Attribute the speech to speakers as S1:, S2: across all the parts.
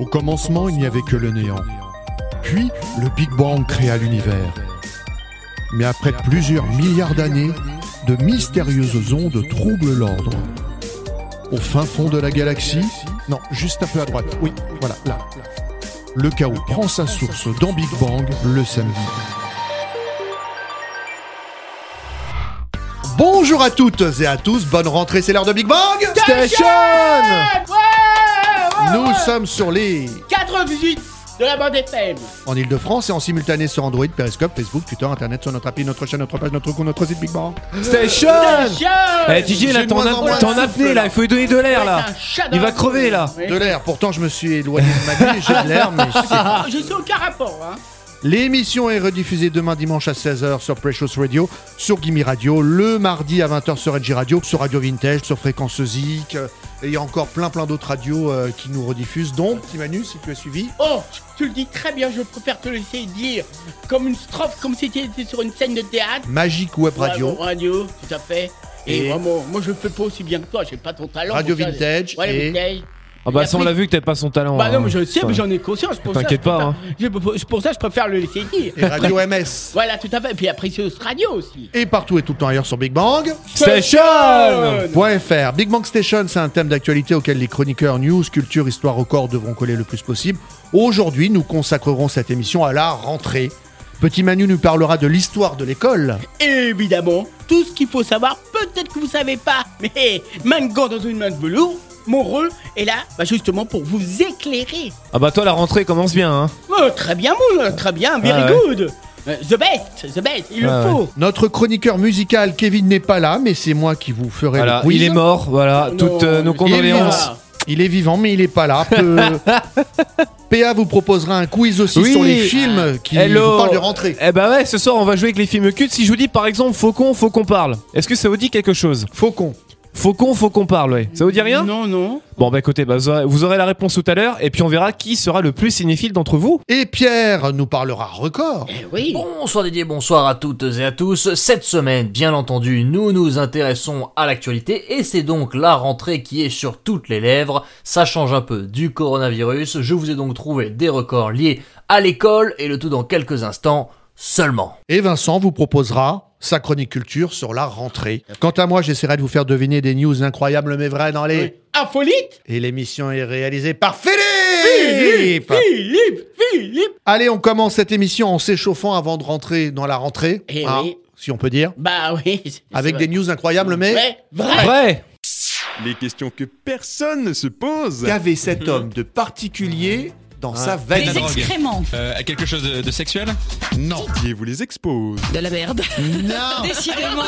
S1: Au commencement, il n'y avait que le néant. Puis, le Big Bang créa l'univers. Mais après plusieurs milliards d'années, de mystérieuses ondes troublent l'ordre. Au fin fond de la galaxie, non, juste un peu à droite, oui, voilà, là. Le chaos prend sa source dans Big Bang le samedi. Bonjour à toutes et à tous, bonne rentrée, c'est l'heure de Big Bang Station Nous sommes sur les...
S2: 98 de la bande FM.
S1: en Ile-de-France et en simultané sur Android, Periscope, Facebook, Twitter, Internet, sur notre appli, notre chaîne, notre page, notre compte, notre site Big Bang.
S3: Station
S2: Station
S3: Eh DJ là
S1: J'ai de
S3: t'en
S1: moins en moins
S3: as-
S1: de
S3: t'en
S1: souffle,
S3: apnée là, il faut lui donner de l'air là Il va crever là
S1: De l'air, pourtant je me suis éloigné de ma vie, j'ai de l'air, mais c'est-
S2: Je suis aucun rapport, hein.
S1: L'émission est rediffusée demain dimanche à 16h sur Precious Radio, sur Gimme Radio, le mardi à 20h sur NJ Radio, sur Radio Vintage, sur Fréquence Zik, euh, et il y a encore plein plein d'autres radios euh, qui nous rediffusent. Donc, petit Manu, si tu as suivi,
S2: Oh, tu le dis très bien, je préfère te laisser dire comme une strophe, comme si tu étais sur une scène de théâtre.
S1: Magic Web Radio,
S2: Ouais, bon, radio, tout à fait. Et,
S1: Et-
S2: vraiment, moi je le fais pas aussi bien que toi, j'ai pas ton talent.
S1: Radio
S2: mon gars.
S1: Vintage
S2: Ouais,
S1: et-
S2: Vintage.
S3: Ah bah
S2: La
S3: ça on
S2: pluie-
S3: l'a vu que t'avais pas son talent
S2: Bah non,
S3: hein.
S2: mais je le sais, mais j'en ai conscience. pour ça,
S3: T'inquiète
S2: je
S3: pas,
S2: préfère-
S3: hein.
S2: je- pour- Pour ça, je préfère le laisser dire.
S1: et Radio MS.
S2: Voilà, tout à fait. Et puis après, c'est Radio aussi.
S1: Et partout et tout le temps ailleurs sur Big Bang.
S3: Station
S1: .fr. Big Bang Station, c'est un thème d'actualité auquel les chroniqueurs news, culture, histoire, record devront coller le plus possible. Aujourd'hui, nous consacrerons cette émission à la rentrée. Petit Manu nous parlera de l'histoire de l'école.
S2: Évidemment, tout ce qu'il faut savoir, peut-être que vous savez pas, mais hey, main de gant dans une main de velours, mon rôle est là bah, justement pour vous éclairer.
S3: Ah bah toi la rentrée commence bien hein
S2: Oh, très bien, mon très bien, very
S3: Ah ouais.
S2: good. Euh, The best, the best, il
S3: Ah ouais.
S2: le faut.
S1: Notre chroniqueur musical Kevin n'est pas là, mais c'est moi qui vous ferai
S3: Voilà,
S1: le quiz.
S3: il est mort, voilà,
S2: Oh Non,
S3: toutes euh, nos
S2: il est mort.
S3: condoléances
S1: Il est vivant, mais il est pas là. Peu- PA vous proposera un quiz aussi
S3: Oui.
S1: sur les films qui
S3: Hello.
S1: vous parlent de rentrée.
S3: Eh bah ouais, ce soir on va jouer avec les films cultes. Si je vous dis par exemple Faucon, faut qu'on parle. Est-ce que ça vous dit quelque chose
S1: Faucon.
S3: Faucon, faut qu'on parle, ouais. Ça vous dit rien
S2: Non, non.
S3: Bon bah écoutez, bah, vous aurez- vous aurez la réponse tout à l'heure et puis on verra qui sera le plus cinéphile d'entre vous.
S1: Et Pierre nous parlera record.
S2: Eh oui.
S4: Bonsoir Didier, bonsoir à toutes et à tous. Cette semaine, bien entendu, nous nous intéressons à l'actualité et c'est donc la rentrée qui est sur toutes les lèvres. Ça change un peu du coronavirus. Je vous ai donc trouvé des records liés à l'école et le tout dans quelques instants seulement.
S1: Et Vincent vous proposera sa chronique culture sur la rentrée. Quant à moi, j'essaierai de vous faire deviner des news incroyables mais vraies dans les...
S2: Infolite
S1: Et l'émission est réalisée par Philippe
S2: Philippe, Philippe.
S1: Allez, on commence cette émission en s'échauffant avant de rentrer dans la rentrée, hein,
S2: Eh oui.
S1: si on peut dire,
S2: Bah oui. c'est-
S1: avec
S2: c'est
S1: des news incroyables mais...
S2: vrai. Vrai, vrai.
S3: Vrai
S5: Les questions que personne ne se pose.
S1: Qu'avait cet homme de particulier dans sa veine
S6: Les
S7: drogue.
S6: excréments.
S7: Euh, quelque chose de, de sexuel
S1: Non
S5: Qui vous les expose.
S6: De la merde.
S1: Non
S6: Décidément.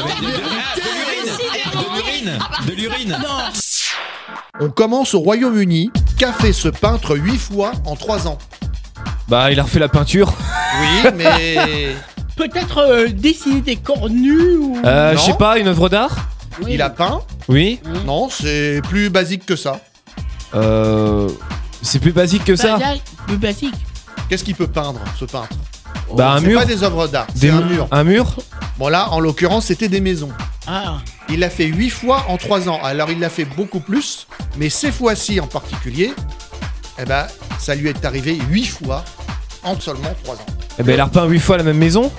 S7: De l'urine
S6: Ah bah,
S7: De l'urine
S1: On commence au Royaume-Uni. Qu'a fait ce peintre huit fois en trois ans
S3: Bah il a refait la peinture.
S1: Oui, mais...
S2: Peut-être euh, dessiner des corps nus ou.
S3: Euh,
S1: Non.
S3: je sais pas, une œuvre d'art
S2: Oui.
S1: Il a peint
S3: Oui.
S1: Non, c'est plus basique que ça.
S3: Euh, c'est plus basique que ça.
S2: Bah, là, le basique.
S1: Qu'est-ce qu'il peut peindre, ce peintre
S3: Bah un
S1: C'est
S3: mur.
S1: pas des œuvres d'art,
S3: Des
S1: c'est un
S3: mu-
S1: mur.
S3: Un mur
S1: Bon là, en l'occurrence, c'était des maisons.
S2: Ah.
S1: Il l'a fait huit fois en trois ans. Alors il l'a fait beaucoup plus, mais ces fois-ci en particulier, eh ben, ça lui est arrivé huit fois en seulement trois ans.
S3: Eh ben il a repeint 8 fois la même maison.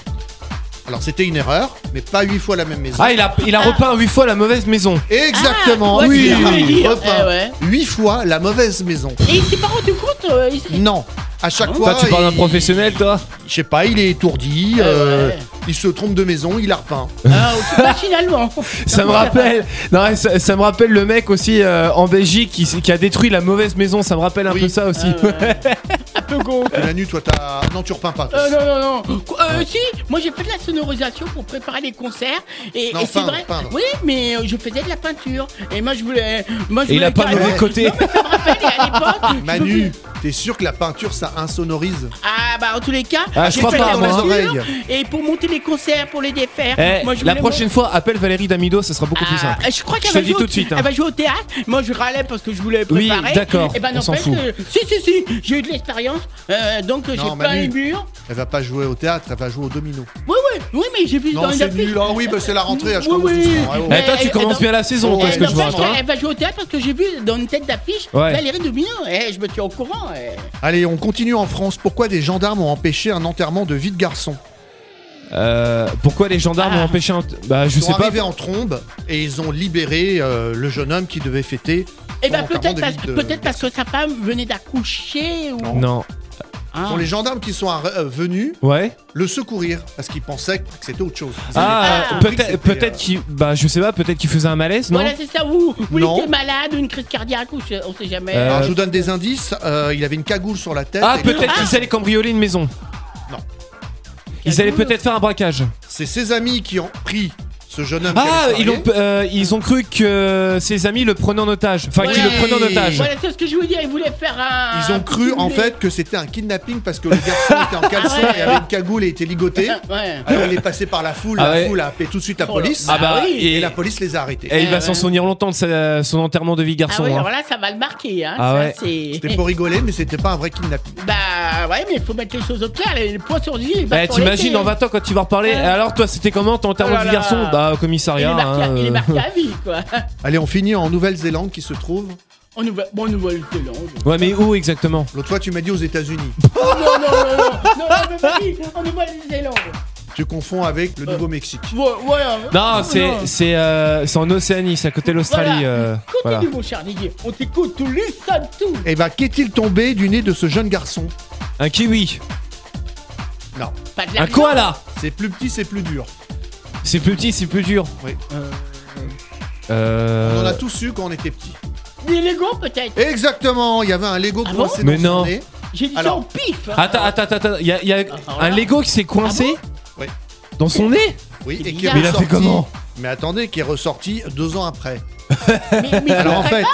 S1: Alors c'était une erreur, mais pas huit fois la même maison.
S3: Ah il a, il a repeint 8 fois la mauvaise maison.
S1: Exactement,
S2: Ah, ouais,
S1: oui,
S2: c'est ça que je voulais dire.
S1: repeint.
S2: Eh ouais.
S1: Huit fois la mauvaise maison.
S2: Et il s'est pas rendu compte euh, il s'est- Ah
S1: Non, à chaque fois,
S3: Toi tu parles d'un
S1: il-
S3: professionnel toi
S1: Je sais pas, il est étourdi,
S2: Eh
S1: euh,
S2: ouais.
S1: il se trompe de maison, il la repeint.
S2: Ah, ok, machinalement.
S3: Ça me rappelle, non, ouais, ça, ça me rappelle le mec aussi euh, en Belgique qui, s- qui a détruit la mauvaise maison. Ça me rappelle un
S1: Oui.
S3: peu ça aussi.
S2: Ah ouais. Un peu gauche.
S1: Et Manu, toi, t'as. Non, tu repeins pas. toi.
S2: Euh, non, non, non. Quoi, euh, si, moi j'ai fait de la sonorisation pour préparer les concerts. Et,
S1: Non,
S2: et c'est
S1: peindre,
S2: vrai.
S1: peindre.
S2: Oui, mais euh, je faisais de la peinture. Et moi je voulais. Moi, je
S3: Et il a
S2: voulais
S3: pas le mauvais
S2: carrément-
S3: côté.
S2: Raphaël, et à l'époque, je
S1: Manu,
S2: me-
S1: t'es sûr que la peinture ça insonorise
S2: Ah, bah en tous les cas,
S3: Ah, je
S2: j'ai
S3: crois
S2: fait de
S3: pas,
S2: la
S3: moi, hein.
S2: peinture. Et pour monter les concerts, pour les défaire.
S3: Eh,
S2: moi, je
S3: la
S2: voulais
S3: prochaine fois, appelle Valérie D'Amido, ça sera beaucoup plus
S2: Ah,
S3: simple.
S2: Je crois qu'elle
S3: Je te
S2: va,
S3: le dis
S2: jouer au-
S3: tout de suite, hein.
S2: elle va jouer au théâtre. Moi, je râlais parce que je voulais
S3: Oui,
S2: préparer.
S3: d'accord,
S2: Et ben,
S3: on s'en
S2: n'empêche
S3: fout.
S2: que- Si, si, si, j'ai eu de l'expérience. euh, donc, j'ai
S1: Non,
S2: peint
S1: Manu.
S2: les murs.
S1: Elle va pas jouer au théâtre, elle va jouer au domino.
S2: Oui, oui, oui, mais j'ai vu dans
S1: Non,
S2: une
S1: c'est
S2: affiche.
S1: nul. Ah oui, bah c'est la rentrée, là, je
S2: Oui,
S1: commence
S2: oui.
S1: doucement, ouais, ouais.
S2: Mais-
S3: Eh, toi, tu
S2: eh,
S3: commences
S2: eh,
S3: bien la saison,
S2: Eh,
S3: toi, ce que je vois.
S2: n'empêche
S3: toi.
S2: qu'elle va jouer au théâtre parce que j'ai vu dans une tête d'affiche
S3: Ouais.
S2: Valérie Domino. Eh, je me tiens au courant.
S6: non. euh,
S1: Allez, on continue en France. Pourquoi des gendarmes ont empêché un enterrement de vie de garçon
S3: Euh, pourquoi les gendarmes
S2: Ah.
S3: ont empêché un. Bah, je
S1: Ils
S3: sais
S1: sont
S3: pas.
S1: arrivés en trombe et ils ont libéré euh, le jeune homme qui devait fêter.
S2: Eh ben
S1: Non,
S2: peut-être
S1: clairement,
S2: parce,
S1: des mythes de-
S2: peut-être parce que sa femme venait d'accoucher ou.
S3: Non.
S2: Ah.
S1: Ce sont les gendarmes qui sont arri- euh, venus
S3: Ouais.
S1: le secourir parce qu'ils pensaient que c'était autre chose. Ils
S3: Ah,
S1: avaient compris que
S3: peut-être
S1: c'était,
S3: peut-être
S1: euh,
S3: qu'il. Bah, je sais pas, peut-être qu'il faisait un malaise, non
S2: Voilà, c'est ça, ou, ou il
S1: Non.
S2: était malade, ou une crise cardiaque, ou je- on sait jamais.
S3: Euh,
S1: Alors, Ah, je vous donne des indices. euh, il avait une cagoule sur la tête.
S3: Ah,
S1: et-
S3: peut-être qu'ils allaient cambrioler une maison.
S1: Non.
S3: Ils allaient peut-être faire un braquage.
S1: C'est ses amis qui ont pris ce jeune homme. qui
S3: Ah,
S1: allait se
S3: ils ont,
S1: marier.
S3: euh, ils ont cru que euh, ses amis le prenaient en otage. Enfin, qu'ils
S2: Voilà.
S3: le prenaient en otage.
S2: Voilà, c'est ce que je voulais dire, ils voulaient faire un.
S1: Ils ont cru en fait que c'était un kidnapping parce que le garçon était en caleçon
S2: Ah ouais.
S1: et avait une cagoule et était ligoté.
S2: Ouais. Ah
S1: Alors il est passé par la foule,
S3: Ah
S1: la
S3: ouais.
S1: foule a appelé tout de suite la
S2: Oh là.
S1: police
S3: Ah bah,
S2: Ah oui,
S1: et
S3: et,
S1: la police les a arrêtés.
S3: et il va
S2: Ouais,
S3: s'en
S2: ouais.
S3: souvenir longtemps de sa- son enterrement de vie
S2: Ah
S3: garçon.
S2: oui,
S3: hein.
S2: alors là, ça va le marquer, hein.
S3: Ah
S2: ça,
S3: ouais.
S2: c'est-
S1: C'était pour rigoler, mais c'était pas un vrai kidnapping.
S2: Bah ouais, mais il faut mettre les choses au clair, les les points sur les i.
S3: Eh, t'imagines en 20 ans quand tu vas reparler.
S2: Ouais.
S3: Et alors, toi, c'était comment ton enterrement
S2: Oh
S3: de
S2: là
S3: vie
S2: là.
S3: garçon Bah, au
S2: il est,
S3: commissariat.
S2: marqué,
S3: hein,
S2: il est
S3: euh.
S2: marqué à vie, quoi.
S1: Allez, on finit en Nouvelle-Zélande qui se trouve.
S2: On nous voit, bon, on nous voit le talent.
S3: Ouais, mais où exactement
S1: L'autre fois, tu m'as dit aux États-Unis.
S2: Oh non, non, non, non, non, non, mais vas-y, on nous voit les Zélande.
S1: Tu confonds avec le Nouveau-Mexique.
S2: Ouais, ouais, euh,
S3: Non, c'est c'est euh, c'est en Océanie, c'est à côté de l'Australie.
S2: Voilà.
S3: euh,
S2: Continue,
S3: voilà.
S2: mon cher Didier. On t'écoute, tout lui, somme tout.
S1: Et bah, qu'est-il tombé du nez de ce jeune garçon
S3: Un kiwi,
S1: Non,
S2: Pas de
S3: un
S2: l'argent.
S3: koala.
S1: c'est plus petit, c'est plus dur.
S3: C'est plus petit, c'est plus dur.
S1: Oui. On en a
S3: Euh...
S1: tous eu quand on était petit.
S2: Des Legos, peut-être.
S1: Exactement, il y avait un Lego
S2: Ah
S1: coincé
S3: bon
S1: dans
S3: Mais
S1: son
S3: non.
S1: nez.
S2: J'ai dit
S1: Alors-
S2: ça au pif. hein. Ah,
S3: Attends, attends, attends, attends. Il y a, y a un
S2: voilà.
S3: Lego qui s'est coincé
S1: bon Ouais.
S3: dans son nez.
S1: Oui,
S2: C'est
S1: et qui est
S2: bizarre. Mais il
S3: a fait
S1: ressorti-
S3: comment
S1: Mais attendez, qui est ressorti deux ans après.
S2: Mais, mais
S1: Alors en
S2: ça
S1: fait,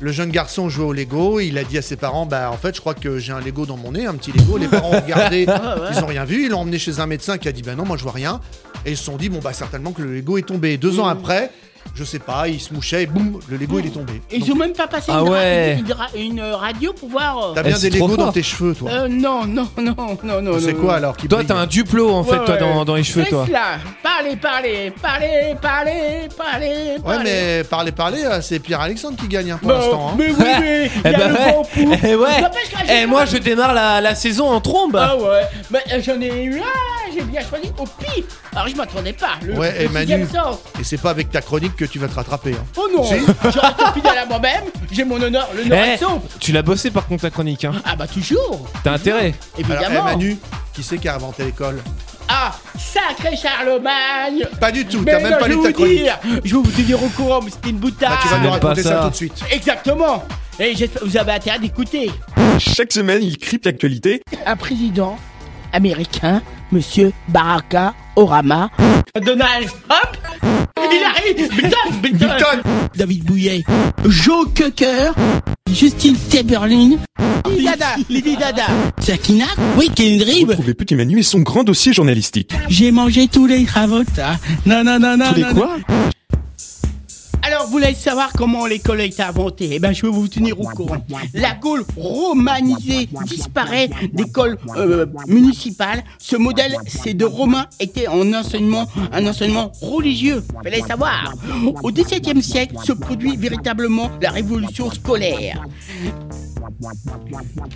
S1: le jeune garçon jouait au Lego, il a dit à ses parents, bah en fait je crois que j'ai un Lego dans mon nez, un petit Lego, les parents ont regardé,
S2: Ah, ouais.
S1: ils ont rien vu, ils l'ont emmené chez un médecin qui a dit bah non moi je vois rien, et ils se sont dit bon bah certainement que le Lego est tombé. Deux
S2: Mmh.
S1: ans après, je sais pas, il se mouchait et boum, le Lego il est tombé.
S2: Ils ont même pas passé
S3: Ah
S2: une, ra-
S3: ouais.
S2: une ra- une radio pour voir. euh,
S1: T'as bien
S3: Eh,
S1: des
S3: c'est trop
S1: Lego dans
S3: fort.
S1: tes cheveux toi.
S2: Euh, non, non, non, non, non.
S1: C'est
S2: non,
S1: quoi
S2: non.
S1: alors qui
S3: Toi,
S1: brille
S3: t'as un duplo en fait,
S2: Ouais,
S3: toi,
S2: ouais.
S3: dans, dans les cheveux,
S2: C'est
S3: toi.
S2: cela. Parlez, parlez, parlez, parlez, parlez,
S1: Ouais
S2: parlez.
S1: mais parler parler, euh, c'est Pierre Alexandre qui gagne hein, pour
S2: Bah,
S1: l'instant. hein.
S2: Mais oui, mais il y a
S3: bah
S2: le
S3: ouais.
S2: vent pour.
S3: Eh ouais.
S2: N'empêche que là,
S3: Eh,
S2: j'ai-
S3: moi, je démarre la, la saison en trombe.
S2: Ah ouais, mais euh, j'en ai eu un, j'ai bien choisi au pif. Alors je m'attendais pas. Le,
S1: Ouais, et
S2: le sixième
S1: Manu.
S2: sens.
S1: Et c'est pas avec ta chronique que tu vas te rattraper. hein.
S2: Oh non,
S1: Si.
S2: je reste fidèle à moi-même, j'ai mon honneur, le
S3: Eh,
S2: nord est sauf.
S3: tu l'as bossé par contre la chronique, hein.
S2: Ah bah toujours,
S3: T'as intérêt.
S1: Alors,
S2: évidemment.
S1: eh, Manu, qui c'est qui a inventé l'école
S2: Ah, sacré Charlemagne
S1: Pas du tout,
S2: Mais
S1: t'as même
S2: non,
S1: pas
S2: je
S1: lu
S2: vais
S1: ta
S2: vous
S1: chronique.
S2: dire, je vais vous tenir au courant, mais c'était une boutade.
S1: Bah, tu vas
S3: Ah,
S1: nous
S3: même pas
S1: raconter ça
S3: ça.
S1: tout de suite.
S2: Exactement. Et j'espère que vous avez intérêt d'écouter.
S5: Chaque semaine, il crypte l'actualité.
S2: un président américain, Monsieur Baraka Orama. Donald Trump Hillary Clinton, Clinton David Bouillet Joe Cocker Justin Timberlake Lady Dada Lady Dada Sakina Oui, Kendrick
S5: Retrouvez Petit Manu et son grand dossier journalistique.
S2: J'ai mangé tous les ravotas Non, non, non, non,
S5: Tous les
S2: non,
S5: quoi
S2: alors, vous voulez savoir comment l'école a été inventée Eh bien, je vais vous tenir au courant. La Gaule romanisée disparaît d'école euh, municipale. Ce modèle, c'est de Romain, était en enseignement, un enseignement religieux. Fallait savoir. Au XVIIe siècle, se produit véritablement la révolution scolaire.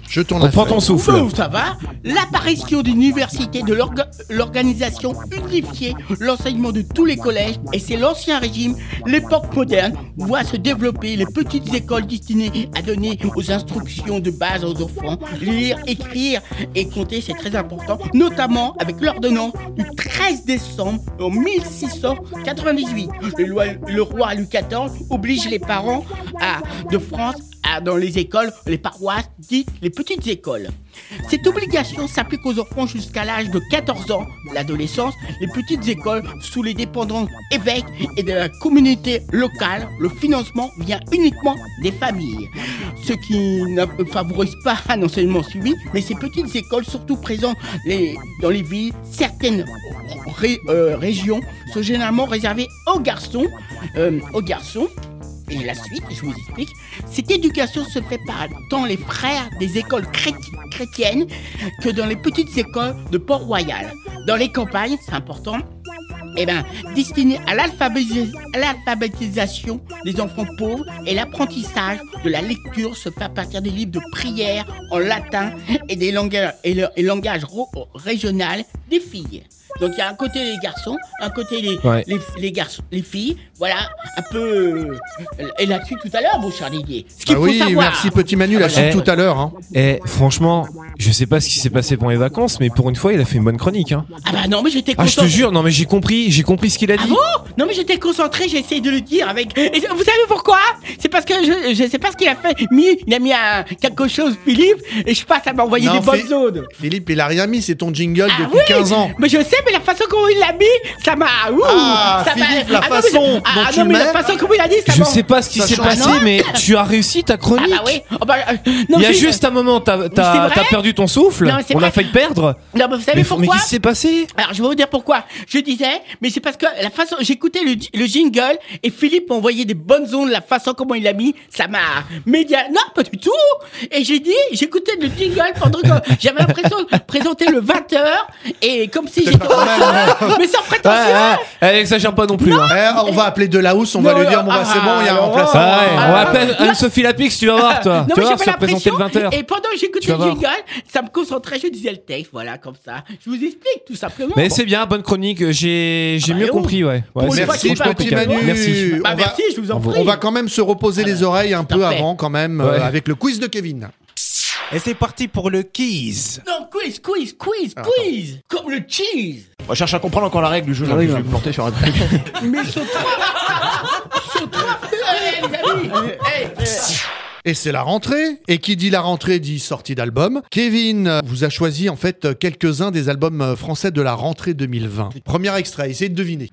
S1: Je tourne
S3: On
S1: la
S3: prend
S1: feuille.
S3: ton souffle.
S2: Ouh, ça va L'apparition d'une université, de l'orga- l'organisation unifiée, l'enseignement de tous les collèges, et c'est l'ancien régime, l'époque moderne, voit se développer les petites écoles destinées à donner aux instructions de base aux enfants. Lire, écrire et compter, c'est très important, notamment avec l'ordonnance du 13 décembre en 1698. Le, loi- le roi Louis XIV oblige les parents à- de France à- Ah, dans les écoles, les paroisses, dites les petites écoles. Cette obligation s'applique aux enfants jusqu'à l'âge de 14 ans, l'adolescence, les petites écoles sous les dépendances évêques et de la communauté locale. Le financement vient uniquement des familles, ce qui ne favorise pas un enseignement suivi, mais ces petites écoles, surtout présentes les- dans les villes, certaines ré- euh, régions, sont généralement réservées aux garçons, euh, aux garçons et la suite, je vous explique, cette éducation se fait par tant les frères des écoles chréti- chrétiennes que dans les petites écoles de Port-Royal. Dans les campagnes, c'est important, eh ben, destinée à l'alphabétis- à l'alphabétisation des enfants pauvres et l'apprentissage de la lecture se fait à partir des livres de prière en latin et des langages, et le- et langage ro- régional des filles. Donc il y a un côté les garçons, un côté les,
S3: Ouais.
S2: les, les garçons, les filles, voilà, un peu... euh, et là-dessus tout à l'heure, mon cher Didier. Ce qu'il
S1: Ah
S3: Bah
S2: faut
S1: oui,
S2: savoir...
S1: merci petit Manu, la suite
S3: Eh.
S1: tout à l'heure. hein.
S3: Eh, franchement, je sais pas ce qui s'est passé pendant les vacances, mais pour une fois, il a fait une bonne chronique. Hein.
S2: Ah bah non, mais j'étais
S3: Ah, je
S2: content.
S3: te jure, non, mais j'ai compris, j'ai compris ce qu'il a
S2: Ah
S3: dit.
S2: bon Non mais j'étais concentré, j'ai essayé de le dire avec. Et vous savez pourquoi C'est parce que je, je sais pas ce qu'il a fait. Mis, il a mis un, quelque chose, Philippe, et je passe à m'envoyer
S1: Non,
S2: des bonnes
S1: Phil-
S2: zones.
S1: Philippe, il a rien mis, c'est ton jingle
S2: Ah
S1: depuis
S2: oui
S1: 15 ans.
S2: Mais je sais, mais la façon comment il l'a mis, ça m'a. ouh,
S1: Ah,
S2: ça m'a-
S1: Philippe, la
S2: non, mais je-
S1: façon
S2: Ah,
S1: dont
S2: ah,
S1: tu
S2: non, mais la
S1: m'aimes.
S2: façon comment il a dit, ça
S3: Je
S2: m'a-
S3: sais pas ce qui
S1: Ça
S3: s'est
S1: change.
S3: passé,
S1: Ah non.
S3: mais tu as réussi ta
S2: Ah
S3: chronique.
S2: bah oui. Oh, bah, euh, non,
S3: Il y a
S2: j'ai-
S3: juste un moment, t'as
S2: C'est
S3: t'as-
S2: vrai
S3: t'as perdu ton souffle.
S2: Non, mais c'est
S3: on a
S2: vrai.
S3: failli perdre.
S2: Non, mais vous savez
S3: Mais, mais
S2: pourquoi
S3: qu'est-ce qui s'est passé
S2: Alors je vais vous dire pourquoi. Je disais, mais c'est parce que la façon, j'écoutais le, le jingle et Philippe m'envoyait des bonnes ondes, la façon comment il l'a mis, ça m'a média. Non, pas du tout. Et j'ai dit, j'écoutais le jingle pendant que j'avais l'impression de présenter le 20 h et comme si j'étais, mais sans prétention.
S3: Ouais, ouais, Elle Eh, exagère pas non plus. hein.
S1: Eh, on va appeler Delahousse, on
S2: Non,
S1: va lui dire bon bah
S2: ah,
S1: c'est bon, il y a un
S2: alors,
S1: remplaçant.
S3: Ah ouais,
S2: Ah,
S3: on
S2: ah,
S3: appelle
S2: ah,
S3: Anne-Sophie Lapix, tu vas voir, toi. tu
S2: Non, mais
S3: vas voir,
S2: j'avais
S3: se présenter
S2: l'impression.
S3: le 20h.
S2: Et pendant que
S3: Tu
S2: j'écoutais
S3: vas
S2: le
S3: voir.
S2: jingle, ça me concentrait, je disais le texte, voilà, comme ça. Je vous explique tout simplement.
S3: Mais c'est bien, bonne chronique. J'ai j'ai
S2: Ah bah,
S3: mieux
S2: oh.
S3: compris, ouais. Ouais,
S2: Pour une
S3: c'est-
S2: fois
S1: Merci
S2: qu'il
S3: franchement
S2: parle,
S1: petit
S2: Picard.
S3: impeccable.
S1: Manu.
S3: Merci.
S2: Bah,
S1: on, va,
S2: merci, je vous en
S3: on va-
S2: prie.
S1: on va quand même se reposer les oreilles un peu
S2: Parfait.
S1: avant quand même euh,
S3: Ouais.
S1: avec le quiz de Kevin.
S6: Et c'est parti pour le quiz.
S2: Non, quiz, quiz, quiz, quiz Comme le cheese
S6: On cherche à comprendre encore la règle du jeu. là, je vais me planter sur un truc.
S2: Mais ils sont trois Ils sont trois Allez, les amis Eh, eh.
S1: Et c'est la rentrée. Et qui dit la rentrée dit sortie d'album. Kevin euh, vous a choisi en fait euh, quelques-uns des albums euh, français de la rentrée 2020. Premier extrait, essayez de deviner.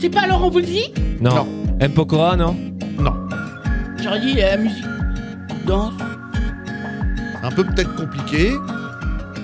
S2: C'est pas Laurent Voulzy
S3: Non. M. Pokora, non
S2: J'aurais dit la musique. Danse.
S1: Un peu peut-être compliqué.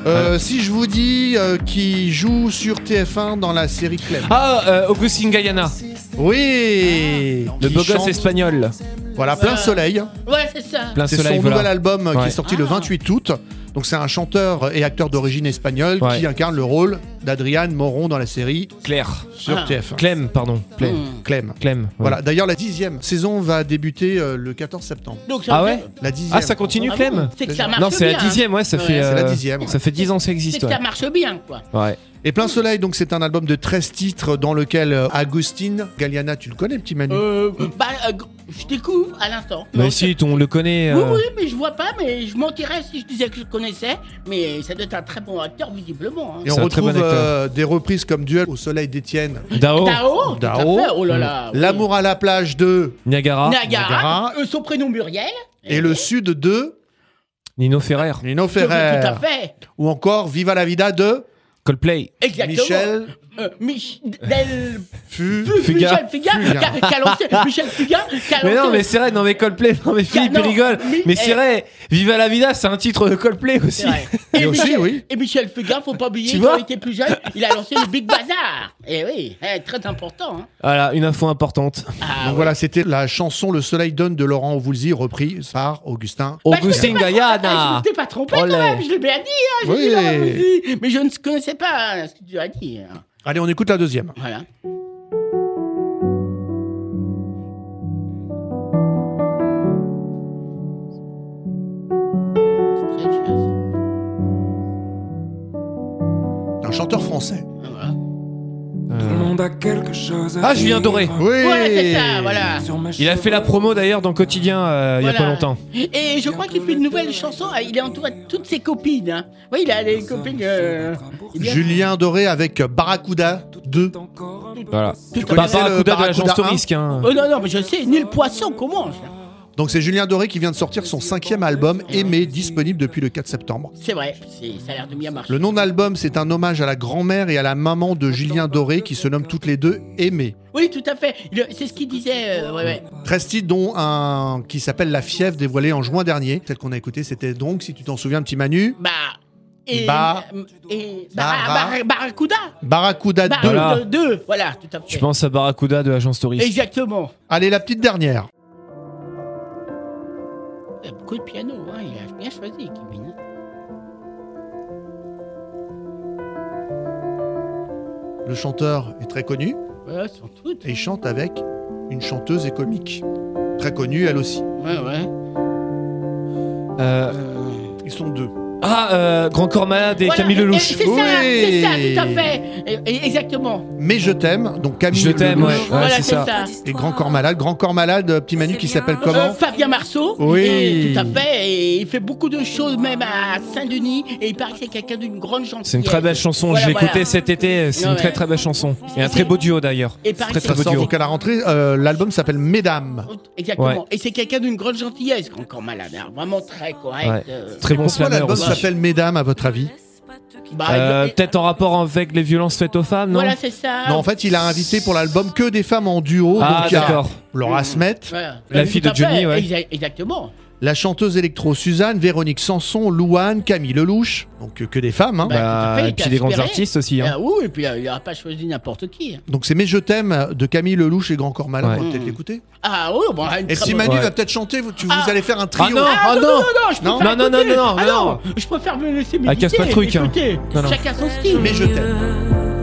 S1: Euh, Si je vous dis euh, qui joue sur TF1 dans la série Clem.
S3: Ah, euh, Augustine Guyana,
S1: Oui
S3: le
S1: Qui
S3: beau gosse
S1: chante-
S3: espagnol.
S1: Voilà, plein soleil.
S2: Ouais, c'est ça
S3: Plein
S1: C'est son
S3: soleil,
S1: nouvel
S3: voilà.
S1: album euh, qui
S3: Ouais.
S1: est sorti le
S2: Ah.
S1: 28 août. Donc c'est un chanteur et acteur d'origine espagnole
S3: Ouais.
S1: qui incarne le rôle d'Adriane Moron dans la série
S3: Claire.
S1: sur
S2: Ah.
S1: TF1.
S3: Clem, pardon. Clem.
S2: Hmm.
S1: Clem.
S3: Clem. ouais.
S1: Voilà. D'ailleurs, la dixième saison va débuter euh, le 14 septembre.
S2: Donc, ça
S3: Ah
S2: veut
S3: ouais
S2: dire-
S1: La dixième.
S3: Ah, ça continue,
S2: Ah bon
S3: Clem
S2: C'est que ça marche bien
S3: Non, c'est la
S2: hein.
S3: dixième, ouais, ça
S2: Ouais,
S3: fait.
S2: c'est
S1: C'est la
S3: euh,
S1: dixième.
S3: Ça fait dix ans que ça
S2: C'est
S3: existe,
S2: que
S3: ouais.
S2: ça marche bien, quoi
S3: Ouais.
S1: Et Plein Soleil, donc c'est un album de 13 titres dans lequel euh, Agustin Galliana, tu le connais, petit Manu
S2: Euh... Bah, euh, gr- je découvre à l'instant.
S3: Mais
S2: Donc,
S3: Bah, si, on le connaît.
S2: Oui,
S3: euh,
S2: oui, mais je vois pas, mais je mentirais si je disais que je connaissais, mais ça doit être un très bon acteur, visiblement. hein.
S1: Et on
S3: c'est un très
S1: retrouve
S3: bon acteur.
S1: euh, des reprises comme Duel au Soleil d'Étienne,
S3: Dao, Mm.
S2: Dao, tout à
S1: Dao.
S2: fait, oh là là. oui.
S1: L'amour à la plage de
S3: Niagara,
S2: Niagara,
S1: Niagara.
S2: euh, son prénom Muriel.
S1: et le sud de
S3: Nino Ferrer,
S1: Nino
S2: Tout
S1: Ferrer,
S2: à fait.
S1: ou encore Viva la vida de
S3: Coldplay.
S2: Exactement.
S1: Michel
S2: Euh, Mich- del-
S1: Fu.
S3: Fugain.
S2: Michel Fugain.
S1: Fugain.
S2: qu'a- qu'a lancé- Michel Fugain. qu'a
S3: Mais non,
S2: lancé-
S3: mais c'est vrai, non, mais Coldplay, non, mais Philippe,
S2: Non,
S3: il rigole.
S2: mais-
S3: Mais
S2: eh.
S3: c'est vrai, Viva la Vida, c'est un titre de Coldplay aussi.
S2: C'est vrai.
S1: Et aussi,
S2: Michel,
S1: oui.
S2: et Michel Fugain, faut pas oublier,
S3: Tu
S2: quand
S3: vois
S2: il était plus jeune, il a lancé le Big Bazar. Eh oui, eh, très important. hein.
S3: Voilà, une info importante.
S2: Ah,
S1: Donc voilà, c'était la chanson Le Soleil donne de Laurent Voulzy, reprise par Augustin.
S2: Bah, je me
S3: Augustine
S2: suis pas-
S3: Guyana.
S2: Ah, Je ne t'ai pas trompé quand
S3: Olé.
S2: même, je l'ai bien dit, hein, j'ai
S1: Oui.
S2: dit Laurent Voulzy. Mais je ne connaissais pas hein, ce que tu as dit. hein.
S1: Allez, on écoute la deuxième.
S2: Voilà.
S1: Un chanteur français.
S2: Voilà.
S8: Tout le monde a quelque chose à
S3: Ah, Julien
S8: dire.
S3: Doré.
S1: Oui
S2: Ouais, c'est ça, voilà.
S8: Sur mes
S3: Il a fait la promo d'ailleurs dans Quotidien euh, il y a pas
S2: Voilà.
S3: longtemps.
S2: Et je crois qu'il fait une nouvelle chanson. ah, Il est entouré de toutes ses copines. hein. Oui, il a des copines. euh,
S3: Eh
S2: il y a-
S3: euh,
S1: Julien Doré avec euh, Barracuda 2.
S8: cheveux. Encore un peu
S3: Voilà.
S2: Tu
S3: Pas
S1: connaissais le
S3: Barracuda de l'agence
S1: Barracuda
S3: Touriste, hein.
S2: Oh non, non, mais je sais, ni le poisson qu'on mange. hein.
S1: Donc c'est Julien Doré qui vient de sortir son cinquième album, Aimé, disponible depuis le 4 septembre.
S2: C'est vrai, c'est- ça a l'air de bien marcher.
S1: Le nom de l'album, c'est un hommage à la grand-mère et à la maman de Julien Doré qui se nomment toutes les deux Aimé.
S2: Oui, tout à fait. Le- C'est ce qu'il disait. euh, ouais, ouais.
S1: 13 titres dont un qui s'appelle La fièvre dévoilé en juin dernier. Celle qu'on a écoutée, c'était donc, si tu t'en souviens, petit Manu,
S2: Bah. Et.
S1: Bah.
S2: Et.
S1: Barra-
S2: Barra- Barra- Barracuda.
S1: Barracuda 2.
S3: Bah, Voilà.
S2: Barracuda 2. Voilà, tout à
S3: Je
S2: fait.
S3: pense à Barracuda de l'agence Touriste.
S2: Exactement.
S1: Allez, la petite dernière.
S2: Il y a beaucoup de piano, hein, il a bien choisi, Kevin.
S1: Le chanteur est très connu
S2: Ouais, sans doute.
S1: et il chante avec une chanteuse et comique. Très connue elle aussi.
S2: Ouais, ouais.
S3: Euh,
S1: Ils sont deux.
S3: Ah, euh, Grand Corps Malade et
S2: Voilà,
S3: Camille
S2: et- et
S3: Lelouch.
S2: C'est ça, c'est ça,
S1: Oui.
S2: tout à fait. Et- et exactement.
S1: Mais je t'aime, donc Camille
S3: Je t'aime, ouais.
S1: Lelouch
S2: voilà,
S3: c'est
S2: c'est
S3: ça.
S2: ça.
S1: et Grand Corps Malade. Grand Corps Malade, euh, petit Manu qui s'appelle
S2: Euh,
S1: comment
S2: Fabien Marceau.
S1: Oui.
S2: Et- tout à fait. Et il fait beaucoup de choses, même à Saint-Denis. Et il paraît que c'est quelqu'un d'une grande gentillesse.
S3: C'est une très belle chanson,
S2: Voilà,
S3: je l'écoutais
S2: voilà.
S3: cet été, c'est une
S2: Ouais.
S3: très très belle chanson. Et un très beau duo d'ailleurs.
S2: Et par
S3: Très
S1: Ça
S3: très beau
S1: sort
S3: duo.
S1: donc à la rentrée. euh, L'album s'appelle Mesdames.
S2: Exactement.
S3: Ouais.
S2: Et c'est quelqu'un d'une grande gentillesse, encore malade. hein. Vraiment très correct.
S3: Ouais.
S2: euh.
S3: Très bon
S1: Pourquoi
S3: slammer
S1: l'album
S3: aussi.
S1: s'appelle Mesdames à votre avis
S2: Bah,
S3: Euh,
S2: il-
S3: Peut-être en rapport avec les violences faites aux femmes, non
S2: Voilà, c'est ça.
S1: Non, en fait, il a invité pour l'album que des femmes en duo.
S3: Ah
S1: donc il y a
S3: d'accord.
S1: Laura Smet,
S2: Mmh. Voilà.
S3: La
S2: Tout
S3: fille de
S2: à fait,
S3: Johnny, ouais.
S2: exa- Exactement.
S1: la chanteuse électro Suzanne, Véronique Sanson, Louane, Camille Lelouch. Donc euh, que des femmes. hein.
S2: Bah, tout à fait,
S3: et puis
S2: t'as
S3: des grands
S2: espéré.
S3: artistes aussi. hein.
S2: Ah, oui, et puis euh, il n'aura pas choisi n'importe qui.
S1: Donc c'est Mais je t'aime de Camille Lelouch et Grand Corps Malade.
S3: Ouais.
S1: On va peut-être
S2: Mm.
S1: l'écouter.
S2: Ah oui, bon, une
S1: Et
S2: très
S1: si
S2: bonne-
S1: Manu
S3: Ouais.
S1: va peut-être chanter, vous, tu- vous
S2: Ah.
S1: allez faire un
S3: Ah
S1: trio.
S3: non,
S2: Ah,
S3: ah
S2: non,
S3: non
S2: non, je
S1: Non.
S2: préfère
S3: Non, non,
S2: écouter.
S3: non, non,
S2: Ah
S3: non.
S2: Je préfère me laisser méditer.
S3: Ah, casse pas le truc, hein.
S2: écoutez,
S3: Non, non.
S2: Chacun son style.
S1: Mais je t'aime.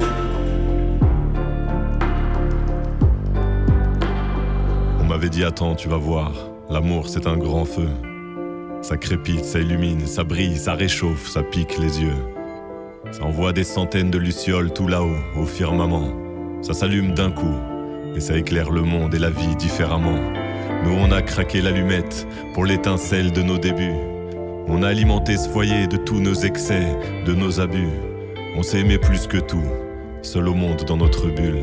S9: On m'avait dit attends, tu vas voir, l'amour c'est un grand feu. Ça crépite, ça illumine, ça brille, ça réchauffe, ça pique les yeux. Ça envoie des centaines de lucioles tout là-haut, au firmament. Ça s'allume d'un coup, et ça éclaire le monde et la vie différemment. Nous on a craqué l'allumette pour l'étincelle de nos débuts. On a alimenté ce foyer de tous nos excès, de nos abus. On s'est aimé plus que tout, seul au monde dans notre bulle.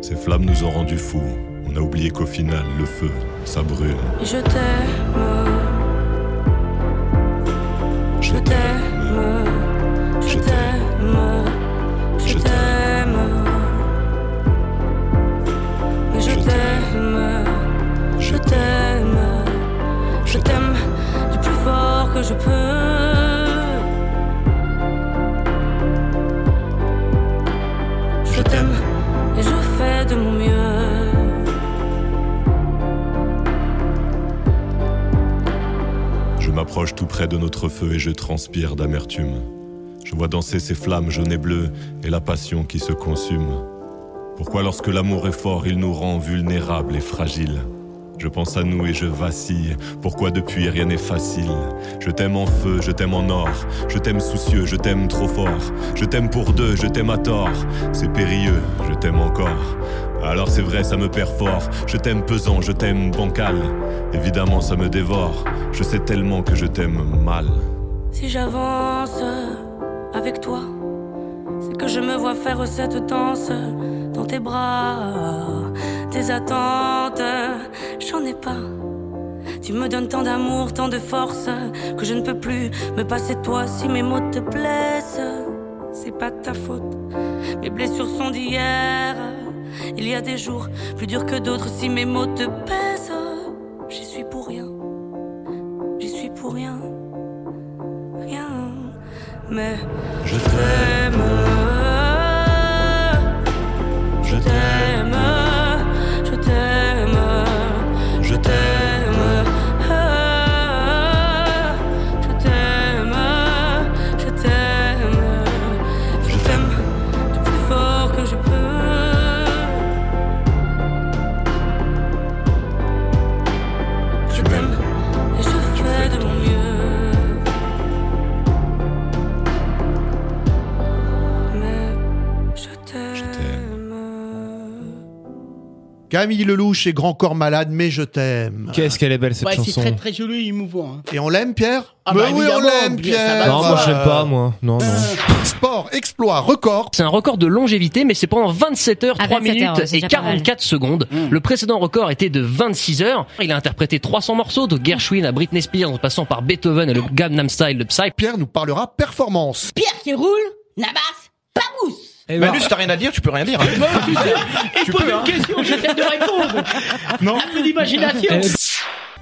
S9: Ces flammes nous ont rendus fous. On a oublié qu'au final, le feu, ça brûle.
S10: Je t'aime,
S9: Je
S10: t'aime,
S9: Je
S10: je t'aime, je
S9: Je Je
S10: t'aime. Mais je t'aime, je
S9: Je
S10: t'aime, je t'aime du plus fort que je peux. Je t'aime et je fais de mon mieux.
S9: Je m'approche tout près de notre feu et je transpire d'amertume. Je vois danser ces flammes jaunes et bleues et la passion qui se consume. Pourquoi lorsque l'amour est fort, il nous rend vulnérables et fragiles Je pense à nous et je vacille. Pourquoi depuis rien n'est facile Je t'aime en feu, je t'aime en or. Je t'aime soucieux, je t'aime trop fort. Je t'aime pour deux, je t'aime à tort. C'est périlleux, je t'aime encore. Alors c'est vrai, ça me perd fort. Je t'aime pesant, je t'aime bancal. Évidemment, ça me dévore. Je sais tellement que je t'aime mal.
S10: Si j'avance avec toi, c'est que je me vois faire cette danse dans tes bras, tes attentes, j'en ai pas. Tu me donnes tant d'amour, tant de force que je ne peux plus me passer de toi si mes mots te blessent. C'est pas de ta faute, mes blessures sont d'hier. Il y a des jours plus durs que d'autres si mes mots te pèsent. J'y suis pour rien, j'y suis pour rien rien, mais
S9: Je
S10: je t'aime.
S9: je
S10: Je t'aime, je t'aime,
S9: je
S10: t'aime. Ah, Je t'aime, je t'aime, je t'aime du plus fort que je peux. Je t'aime et je fais de mon mieux. Mais je t'aime.
S1: Camille Lelouch et Grand Corps Malade, mais je t'aime.
S3: Qu'est-ce qu'elle est belle cette
S2: Ouais, c'est
S3: chanson.
S2: très très joli et émouvant. hein.
S1: Et on l'aime, Pierre
S2: Ah
S1: Mais
S2: bah
S1: oui, on
S2: évidemment,
S1: l'aime,
S2: Pierre, ça
S1: Pierre
S2: va
S3: Non, moi je l'aime
S1: Euh,
S3: pas moi. Non, non.
S1: Sport, exploit, record.
S11: C'est un record de longévité, mais c'est pendant 27 heures,
S12: Ah,
S11: 3
S12: 27
S11: minutes
S12: heures, ouais, c'est
S11: et
S12: déjà pas mal.
S11: 44 secondes.
S1: Hmm.
S2: Mm.
S11: Le précédent record était de 26 heures. Il a interprété 300 morceaux, de Gershwin à Britney Spears, en passant par Beethoven et le Gangnam Style de Psy.
S1: Pierre nous parlera performance.
S12: Pierre qui roule, Nabas, pas mousse.
S3: Eh ben,
S6: Manu, si t'as rien à dire, tu peux rien dire. hein.
S2: Il pose une question, j'essaie de répondre. Non. Un peu d'imagination.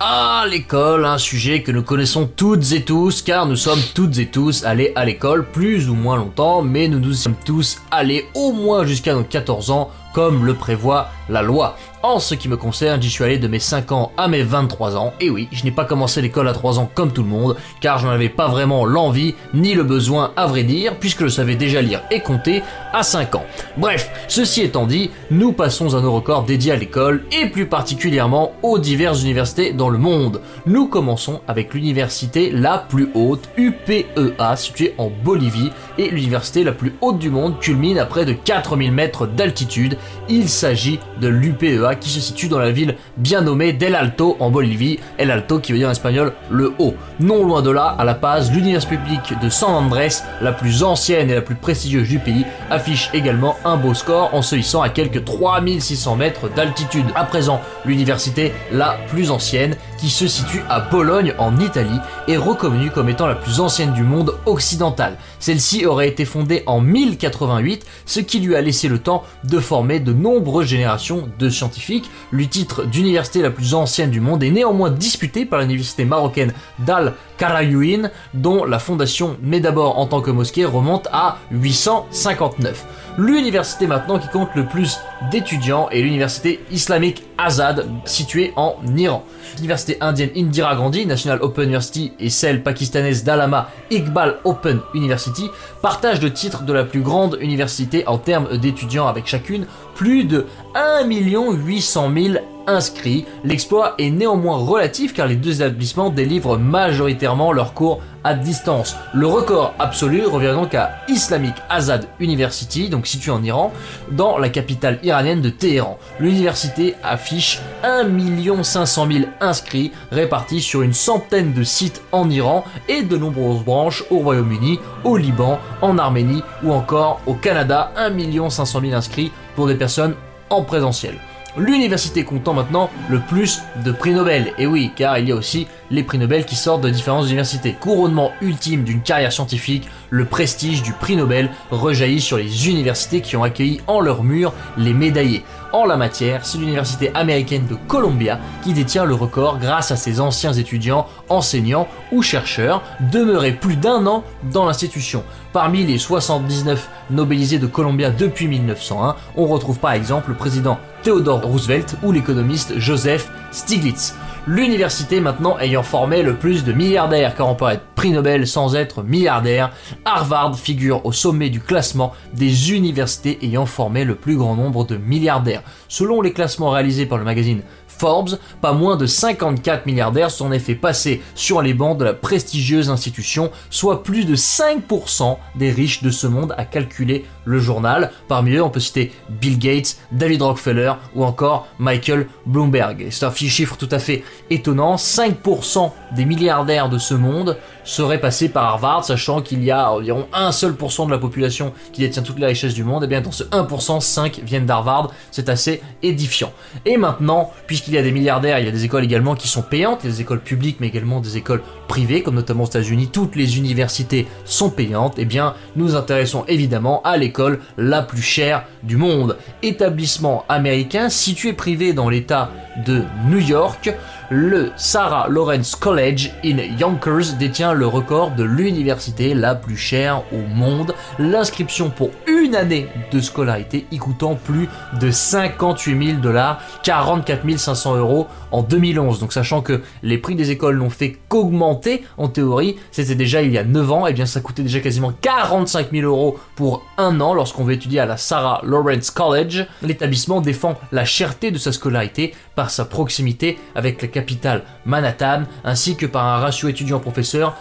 S4: Ah, l'école, un sujet que nous connaissons toutes et tous, car nous sommes toutes et tous allés à l'école plus ou moins longtemps, mais nous nous y sommes tous allés au moins jusqu'à nos 14 ans, comme le prévoit la loi. En ce qui me concerne, j'y suis allé de mes 5 ans à mes 23 ans, et oui, je n'ai pas commencé l'école à 3 ans comme tout le monde, car je n'en avais pas vraiment l'envie ni le besoin à vrai dire, puisque je savais déjà lire et compter à 5 ans. Bref, ceci étant dit, nous passons à nos records dédiés à l'école, et plus particulièrement aux diverses universités dans le monde. Nous commençons avec l'université la plus haute, UPEA, située en Bolivie, et l'université la plus haute du monde culmine à près de 4000 mètres d'altitude. Il s'agit de l'UPEA qui se situe dans la ville bien nommée d'El Alto en Bolivie, El Alto qui veut dire en espagnol le haut. Non loin de là, à La Paz, l'université publique de San Andrés, la plus ancienne et la plus prestigieuse du pays, affiche également un beau score en se hissant à quelques 3600 mètres d'altitude. À présent, l'université la plus ancienne qui se situe à Bologne en Italie est reconnue comme étant la plus ancienne du monde occidental. Celle-ci aurait été fondée en 1088, ce qui lui a laissé le temps de former de nombreuses générations de scientifiques. Le titre d'université la plus ancienne du monde est néanmoins disputé par l'université marocaine d'Al Karayouin, dont la fondation, mais d'abord en tant que mosquée, remonte à 859. L'université maintenant qui compte le plus d'étudiants est l'université islamique Azad, située en Iran. L'université indienne Indira Gandhi, National Open University, et celle pakistanaise d'Alama Iqbal Open University partagent le titre de la plus grande université en termes d'étudiants avec chacune plus de 1 800 000 inscrits. L'exploit est néanmoins relatif car les deux établissements délivrent majoritairement leurs cours à distance. Le record absolu revient donc à Islamic Azad University, donc située en Iran, dans la capitale iranienne de Téhéran. L'université affiche 1 500 000 inscrits répartis sur une centaine de sites en Iran et de nombreuses branches au Royaume-Uni, au Liban, en Arménie ou encore au Canada. 1 500 000 inscrits pour des personnes en présentiel l'université comptant maintenant le plus de prix Nobel. Et oui, car il y a aussi les prix Nobel qui sortent de différentes universités. Couronnement ultime d'une carrière scientifique, le prestige du prix Nobel rejaillit sur les universités qui ont accueilli en leur mur les médaillés. En la matière, c'est l'université américaine de Columbia qui détient le record grâce à ses anciens étudiants, enseignants ou chercheurs demeurés plus d'un an dans l'institution. Parmi les 79 nobelisés de Columbia depuis 1901, on retrouve par exemple le président Theodore Roosevelt ou l'économiste Joseph Stiglitz. L'université maintenant ayant formé le plus de milliardaires, car on peut être prix Nobel sans être milliardaire, Harvard figure au sommet du classement des universités ayant formé le plus grand nombre de milliardaires. Selon les classements réalisés par le magazine Forbes, pas moins de 54 milliardaires sont en effet passés sur les bancs de la prestigieuse institution, soit plus de 5% des riches de ce monde, a calculé le journal. Parmi eux, on peut citer Bill Gates, David Rockefeller ou encore Michael Bloomberg. C'est un chiffre tout à fait étonnant, 5% des milliardaires de ce monde seraient passés par Harvard, sachant qu'il y a environ 1 seul pour cent de la population qui détient toute la richesse du monde, et bien dans ce 1%, 5 viennent d'Harvard, c'est assez édifiant. Et maintenant, puisqu'il y a des milliardaires, il y a des écoles également qui sont payantes, des écoles publiques, mais également des écoles privées, comme notamment aux États-Unis, toutes les universités sont payantes, et bien nous intéressons évidemment à l'école la plus chère du monde. Établissement américain situé privé dans l'État de New York, le Sarah Lawrence College in Yonkers détient le record de l'université la plus chère au monde, l'inscription pour une année de scolarité y coûtant plus de 58 000 dollars, 44 500 euros en 2011. Donc sachant que les prix des écoles n'ont fait qu'augmenter en théorie, c'était déjà il y a 9 ans, et bien ça coûtait déjà quasiment 45 000 euros pour un an lorsqu'on veut étudier à la Sarah Lawrence College. L'établissement défend la cherté de sa scolarité par sa proximité avec la capitale Manhattan, ainsi que par un ratio étudiant-professeur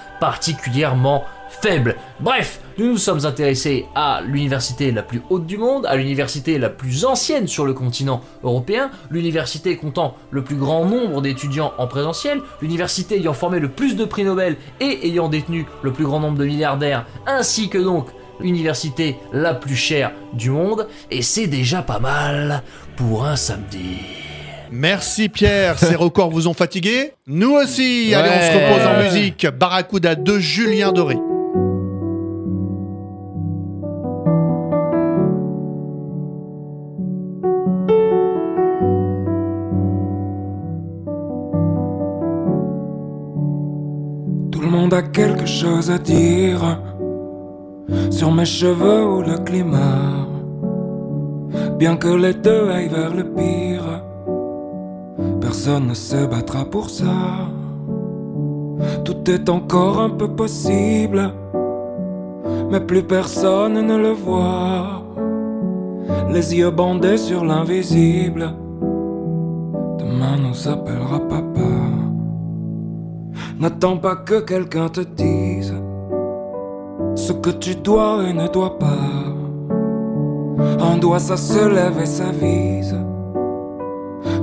S4: particulièrement faible. Bref, nous nous sommes intéressés à l'université la plus haute du monde, à l'université la plus ancienne sur le continent européen, l'université comptant le plus grand nombre d'étudiants en présentiel, l'université ayant formé le plus de prix Nobel et ayant détenu le plus grand nombre de milliardaires, ainsi que donc l'université la plus chère du monde, et c'est déjà pas mal pour un samedi.
S1: Merci Pierre, ces records vous ont fatigué Nous aussi Allez, on se repose en musique. Barracuda de Julien Doré.
S8: Tout le monde a quelque chose à dire sur mes cheveux ou le climat. Bien que les deux aillent vers le pire, personne ne se battra pour ça. Tout est encore un peu possible, mais plus personne ne le voit. Les yeux bandés sur l'invisible, demain nous appellera papa. N'attends pas que quelqu'un te dise ce que tu dois et ne dois pas. Un doigt, ça se lève et ça vise.